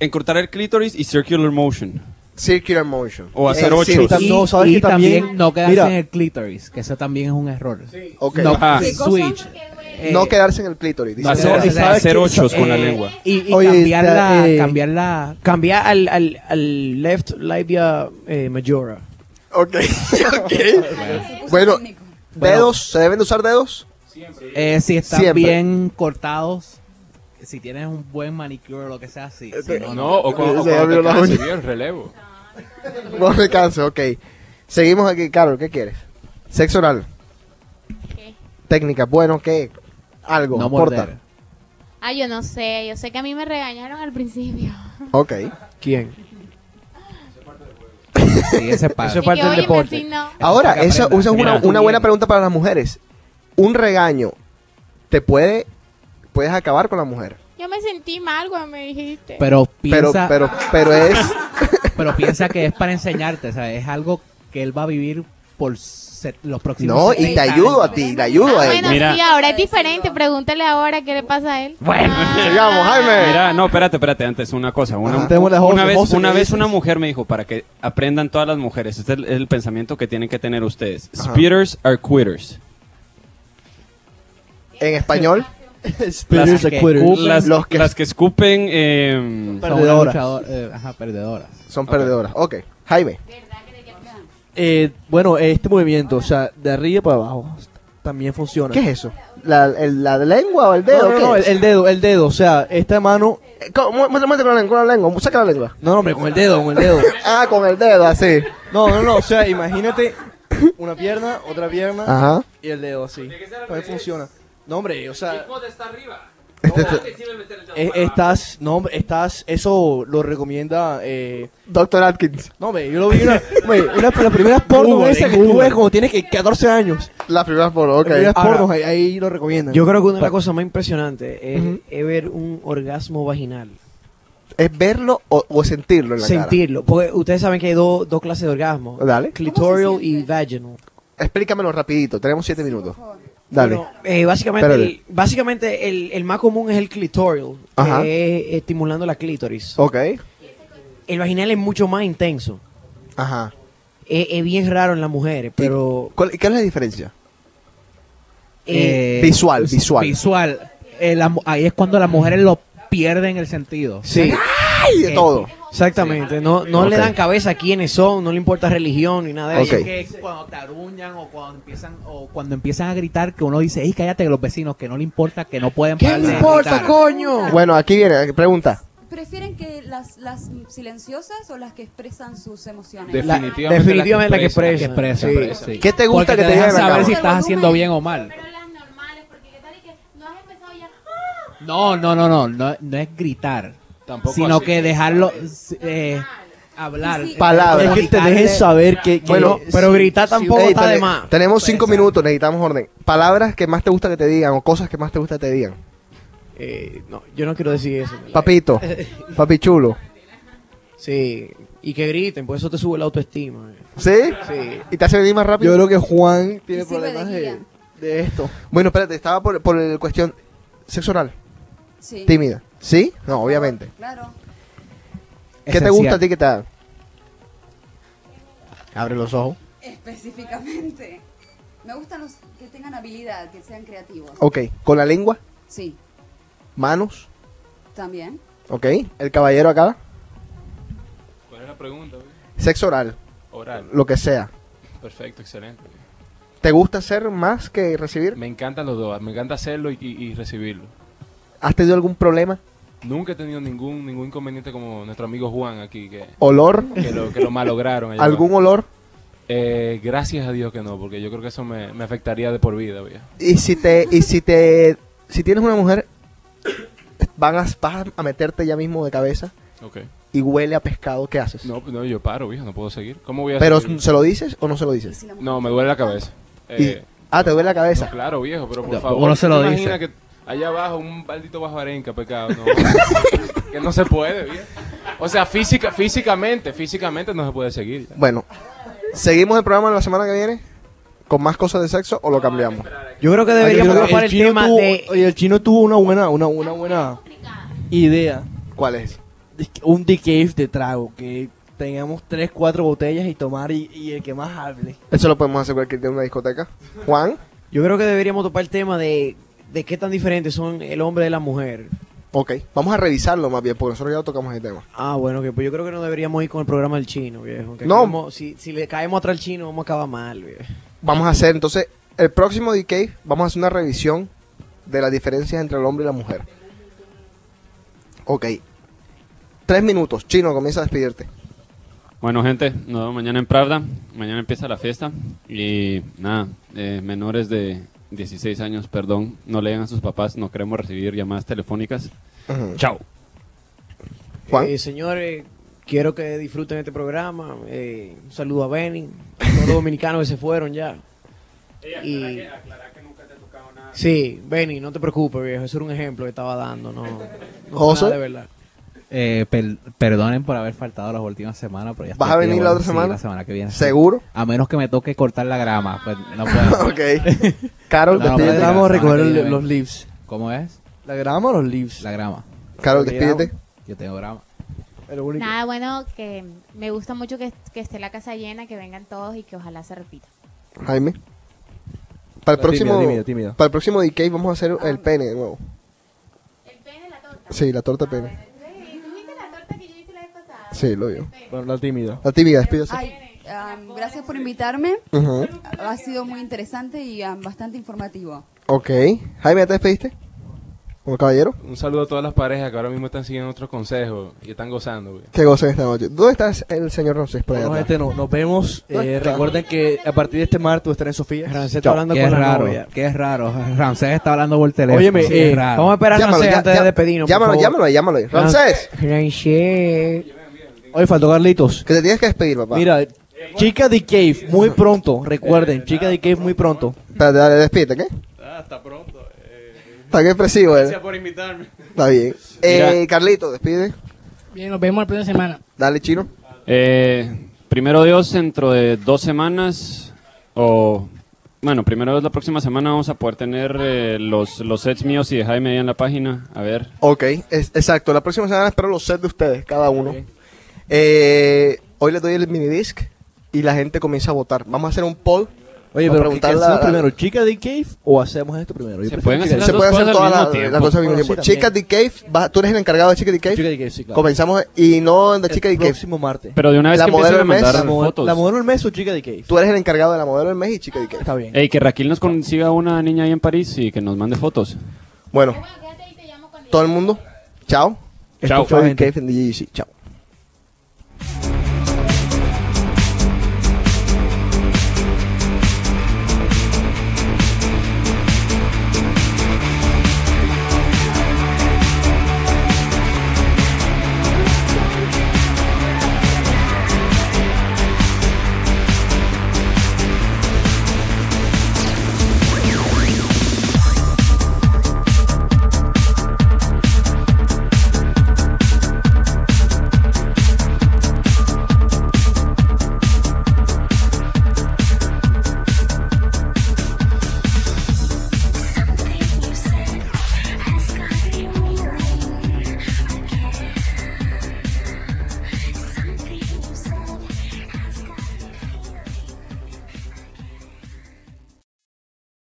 S7: Encontrar el clítoris y circular motion.
S5: Circular motion.
S7: O hacer
S5: Eh,
S7: ocho.
S5: sí, tam- no, ¿sabes
S13: y
S5: que
S13: también,
S5: también-
S13: no quedarse
S5: mira.
S13: en el clítoris, que eso también es un error.
S5: Ok.
S13: No,
S5: Ajá.
S13: el
S5: ¿Qué cosa?
S13: switch. Eh,
S5: No quedarse en el clítoris. dice.
S13: Hacer-
S5: Pero-
S13: hacer
S5: ¿sabes qué?
S13: ochos con la
S5: Eh,
S13: lengua.
S8: Y, y
S13: Oye,
S8: cambiar,
S13: está,
S8: la,
S13: eh,
S8: cambiar la. Cambiar al, al, al left labia eh, majora.
S5: Ok, ok. bueno, ¿dedos? ¿Se deben de usar dedos?
S13: Eh, si están
S5: Siempre.
S13: bien cortados, si tienes un buen manicure o lo que sea, sí. Si no,
S17: No, o cuando, o
S5: Eh, Se
S17: cuando
S5: abrió
S17: te
S5: la
S17: canses,
S5: uña.
S17: viejo, el relevo.
S5: No me canso, ok. Seguimos aquí, Carol, ¿qué quieres? Sexo oral. Técnica, bueno, ¿qué? Algo,
S13: No
S5: aporta.
S14: Ah, yo no sé. Yo sé que a mí me regañaron al principio.
S5: Ok.
S8: ¿Quién?
S13: Sí, ese es parte.
S5: Eso es parte
S14: Y que,
S5: del
S14: "Óyeme,
S5: deporte".
S14: si no-
S5: Ahora,
S13: Para que
S5: esa,
S13: aprendas.
S5: esa es una,
S13: Mira.
S5: una buena pregunta para las mujeres. Un regaño te puede, puedes acabar con la mujer.
S14: Yo me sentí mal cuando me dijiste.
S13: Pero piensa,
S5: Pero, pero, pero es,
S13: pero piensa que es para enseñarte, o sea, es algo que él va a vivir por se- los próximos
S5: No, y te
S13: 70
S5: ayudo
S13: años.
S5: a ti, te ayudo a él.
S14: Bueno, sí, ahora es diferente. Pregúntele ahora qué le pasa a él.
S7: Bueno,
S5: sigamos, Jaime.
S7: Mira, no, espérate, espérate, antes una cosa. Una,
S5: Ajá. Tenemos la Jose,
S7: una vez,
S5: Jose,
S7: una,
S5: ¿qué
S7: vez
S5: dices?
S7: una mujer me dijo, para que aprendan todas las mujeres, este es el, el pensamiento que tienen que tener ustedes.
S5: Ajá.
S7: Spitters are quitters.
S5: En español.
S7: Las que, escupen- las,
S5: Los que
S7: las que escupen... eh,
S13: Son una
S5: Perdedoras.
S13: luchadora- eh, ajá, perdedoras.
S5: son perdedoras. Ok, Jaime.
S16: Eh, bueno, este movimiento, o sea, de arriba para abajo, también funciona.
S5: ¿Qué es eso? ¿La, el- la lengua o el dedo?
S16: No, no,
S5: ¿Qué
S16: no, el,
S5: es?
S16: el dedo, el dedo, o sea, esta mano.
S5: Eh, ¿cómo? Muéstrame con la lengua, con la lengua, saca la lengua.
S16: No, no, hombre, con el dedo, con el dedo.
S5: ah, con el dedo, así.
S16: No, no, no, o sea, imagínate una pierna, otra pierna
S5: Ajá.
S16: y el dedo así. También funciona. No, hombre, o sea.
S7: está arriba?
S16: eh, estás, no, hombre, estás, eso lo recomienda. Eh,
S5: Doctor Atkins.
S16: No, hombre, yo lo vi una, hombre, una de las primeras porno
S5: Google,
S16: esa que
S5: Google.
S16: tú ves cuando tienes que 14 años.
S5: Las primeras por, ok.
S16: Las primeras
S5: Ahora,
S16: pornos, ahí, ahí lo recomiendan.
S8: Yo creo que una de las cosas más impresionantes es,
S5: Ujú.
S8: es ver un orgasmo vaginal.
S5: ¿Es verlo o, o sentirlo en la cara?
S8: Sentirlo. Porque ustedes saben que hay dos dos clases de orgasmo.
S5: Dale.
S8: Clitoral y vaginal.
S5: Explícamelo rapidito, tenemos siete minutos. Dale.
S8: Bueno, eh, básicamente,
S5: Espérale.
S8: el, básicamente el, el más común es el clitoral,
S5: Ajá.
S8: que es estimulando la clítoris.
S5: Ok.
S8: El vaginal es mucho más intenso.
S5: Ajá.
S8: Es, es bien raro en las mujeres, pero...
S5: ¿Cuál, ¿Qué es la diferencia?
S13: Eh,
S5: visual,
S13: s-
S5: visual.
S13: Visual. Eh, la mu- ahí es cuando las mujeres lo pierden el sentido.
S8: Sí.
S5: ¡Ay! De
S13: Eh,
S5: todo.
S8: Este, Exactamente, no, no le
S5: Ok.
S8: dan cabeza a quiénes son, no le importa religión ni nada de
S5: Ok.
S8: eso.
S13: que es cuando te aruñan o cuando empiezan o cuando empiezan a gritar que uno dice, "Ey, cállate que los vecinos que no le importa, que no pueden
S8: ¿Qué
S13: parar
S8: le
S13: de
S8: importa,
S13: gritar".
S8: coño?
S5: Bueno, aquí viene, pregunta.
S9: ¿Prefieren que las, las silenciosas o las que expresan sus emociones?
S17: Definitivamente,
S8: La- definitivamente la que expresa.
S13: expresa,
S8: Sí.
S13: expresa, sí.
S5: ¿Qué te gusta
S13: Porque
S5: que te
S13: dejan
S5: digan en la
S13: saber
S5: cama?
S13: si estás haciendo bien o mal. No, no, no, no, no, no es gritar,
S17: Tampoco
S13: sino
S17: así.
S13: que dejarlo eh, hablar.
S5: Palabras.
S16: Es que te dejen saber que. que-
S5: Bueno,
S8: eh, Pero gritar
S5: Sí,
S8: tampoco
S5: ey,
S8: está de
S5: tene-
S8: más.
S5: Tenemos cinco minutos, necesitamos orden. Palabras que más te gusta que te digan o cosas que más te gusta que te digan.
S8: Eh, no, yo no quiero decir eso.
S5: Papito, papi chulo.
S8: Sí, y que griten, por eso te sube la autoestima. eh.
S5: ¿Sí?
S8: Sí.
S5: ¿Y te hace venir más rápido?
S16: Yo creo que Juan tiene
S9: Y sirve de
S16: problemas de,
S9: guía.
S16: de esto.
S5: Bueno, espérate, estaba por, por el cuestión sexo oral,
S9: Sí.
S5: tímida. ¿Sí? No, obviamente.
S9: Claro.
S5: ¿Qué te gusta a ti que te hagan? Abre los ojos.
S9: Específicamente. Me gustan los que tengan habilidad, que sean creativos.
S5: Ok, con la lengua,
S9: Sí,
S5: manos,
S9: también.
S5: ok. El caballero acá,
S17: ¿Cuál es la pregunta? güey?
S5: sexo oral,
S17: Oral.
S5: lo que sea.
S17: Perfecto, excelente.
S5: ¿Te gusta hacer más que recibir?
S17: Me encantan los dos. Me encanta hacerlo y, y- y recibirlo.
S5: ¿Has tenido algún problema?
S17: Nunca he tenido ningún ningún inconveniente como nuestro amigo Juan aquí que,
S5: ¿Olor?
S17: que, lo, que lo malograron. allá
S5: ¿Algún olor?
S17: Eh, gracias a Dios que no, porque yo creo que eso me, me afectaría de por vida, güey.
S5: Y si te, y si te, si tienes una mujer, van a, vas a meterte ya mismo de cabeza
S17: Ok.
S5: y huele a pescado, ¿qué haces?
S17: No, pues no, yo paro, viejo, no puedo seguir. ¿Cómo voy a
S5: Pero
S17: seguir?
S5: ¿se lo dices o no se lo dices?
S17: No, me duele la cabeza. Eh,
S5: Ah, te duele la
S17: no,
S5: cabeza.
S17: claro, viejo, pero por
S13: No,
S17: favor.
S13: uno se
S17: ¿tú
S13: lo
S17: te
S13: dice.
S17: imaginas que allá abajo un maldito bajo arenca, pecado. No, que no se puede, viejo. O sea, física, físicamente, físicamente no se puede seguir. ya.
S5: Bueno, seguimos el programa la semana que viene con más cosas de sexo o lo cambiamos.
S8: Yo creo que
S16: Yo
S8: deberíamos
S16: creo que
S8: ocupar el,
S16: chino
S8: tema
S16: tuvo-
S8: de...
S16: oye, el chino tuvo una buena, una, una buena idea.
S5: ¿Cuál es?
S16: de- un decaf de trago, que tengamos tres, cuatro botellas y tomar y, y el que más hable.
S5: Eso lo podemos hacer cualquier día en una discoteca. Juan,
S8: Yo creo que deberíamos topar el tema de, de qué tan diferentes son el hombre de la mujer.
S5: ok. Vamos a revisarlo más bien porque nosotros ya tocamos el tema.
S8: Ah, bueno, que pues yo creo que no deberíamos ir con el programa del chino, viejo. que
S5: No.
S8: acabamos- si, si le caemos atrás al chino, vamos a acabar mal, viejo.
S5: Vamos a hacer entonces el próximo DK, vamos a hacer una revisión de las diferencias entre el hombre y la mujer. Ok. Tres minutos. Chino, comienza a despedirte.
S7: Bueno, gente, nos vemos mañana en Pravda. Mañana empieza la fiesta. Y nada, eh, menores de 16 años, perdón, no lean a sus papás, no queremos recibir llamadas telefónicas.
S5: Ujú.
S7: Chao.
S5: Juan.
S8: Eh, señores, quiero que disfruten este programa. Eh, un saludo a Benny, a todos los dominicanos que se fueron ya. Y... Sí, Benny, no te preocupes, viejo. Eso era un ejemplo que estaba dando, no. no fue
S5: José.
S8: nada de verdad.
S13: Eh, per- perdonen por haber faltado las últimas semanas, pero ya
S5: ¿Vas
S13: estoy
S5: a
S13: aquí de
S5: venir la
S13: vuelta,
S5: otra
S13: sí,
S5: semana?
S13: la semana que viene. sí.
S5: ¿Seguro?
S13: A menos que me toque cortar la grama, pues no puedo.
S5: ok. Carol,
S13: No, no,
S5: despídete.
S13: pero la
S5: Vamos a
S13: semana
S5: recoger
S13: que
S5: el-
S13: viene
S5: los
S13: vengo.
S5: leaves.
S13: ¿Cómo es?
S16: ¿La grama o los leaves?
S13: La grama.
S5: Carol, despídete.
S13: Yo tengo grama.
S14: Nada, bueno, que me gusta mucho que, que esté la casa llena, que vengan todos y que ojalá se repita.
S5: Jaime. Para el
S6: No, tímido,
S5: próximo,
S6: tímido, tímido.
S5: Para el próximo DK vamos a hacer el pene de nuevo. Ah, ¿El pene, la torta? Ah, Sí, la torta pene. Sí, lo vio.
S6: Bueno, la tímida.
S5: La tímida, despídase.
S9: Ay, am, gracias por invitarme.
S5: Ujú.
S9: Ha sido muy interesante y am, bastante informativo.
S5: Ok. Jaime, ¿ya te despediste? ¿Como caballero?
S17: Un saludo a todas las parejas que ahora mismo están siguiendo nuestros consejos y están gozando, güey.
S5: Que gocen esta noche. ¿Dónde está el señor Ramsés? Por allá
S6: No,
S5: atrás?
S6: este no. Nos vemos. Eh, recuerden que a partir de este martes voy a estar en Sofía.
S13: Qué raro, qué raro. Ramsés está hablando por teléfono.
S6: Óyeme,
S13: qué
S6: eh,
S13: raro.
S6: vamos a esperar a
S5: Llámalo, ya- ya- Llámalo, llámalo, llámalo. ahí. Ramsés.
S6: Oye, faltó Carlitos.
S5: Que te tienes que despedir, papá.
S6: Mira, Chica de Cave, muy pronto. Recuerden, Chica de Cave, muy pronto.
S5: Espérate, dale, despídete, ¿qué?
S18: Ah, hasta pronto. eh,
S5: Tan expresivo,
S18: gracias
S5: ¿eh?
S18: por invitarme.
S5: Está bien. Eh,
S7: Mira.
S5: Carlito, despide.
S15: Bien, nos vemos la próxima semana.
S5: Dale, chino.
S7: Eh, primero Dios, dentro de dos semanas, o bueno, primero Dios, la próxima semana vamos a poder tener eh, los, los sets míos y de Jaime ahí en la página. A ver.
S5: Ok, es- exacto. La próxima semana espero los sets de ustedes, cada uno. Eh, hoy les doy el mini disc y la gente comienza a votar. Vamos a hacer un poll.
S6: Oye,
S5: Vamos
S6: pero ¿qué-
S5: a
S6: ¿qué
S5: preguntarle
S6: hacemos
S5: a-
S6: primero? ¿Chica de Cave o hacemos esto primero? Yo
S7: Se
S6: prefiero
S7: pueden
S6: Chica
S7: hacer
S6: de
S7: las
S5: Se
S6: Cave.
S7: dos
S5: puede
S7: cosas al
S5: hacer todas
S7: mismo
S5: las-
S7: tiempo.
S5: las cosas al mismo
S6: Bueno, sí,
S5: tiempo.
S6: también.
S5: Chicas de Cave, va- tú eres el encargado de Chicas de Cave.
S6: Chica de Cave, sí, claro.
S5: Comenzamos y no en la
S6: El
S5: Chica de Cave.
S6: próximo martes.
S7: Pero de una vez
S5: La
S7: que empiecen
S5: modelo
S7: a
S5: del mes,
S7: mandar
S6: La, mo-
S7: fotos. Ah,
S6: la modelo del mes o Chica de Cave.
S5: Tú eres el encargado de la modelo del mes y Chica de Cave.
S6: Está bien.
S7: Ey, que Raquel nos consiga una niña ahí en París y que nos mande fotos.
S5: Bueno, todo el mundo, chao.
S7: Chao.
S5: Esto fue Cave and the GGC. Chao.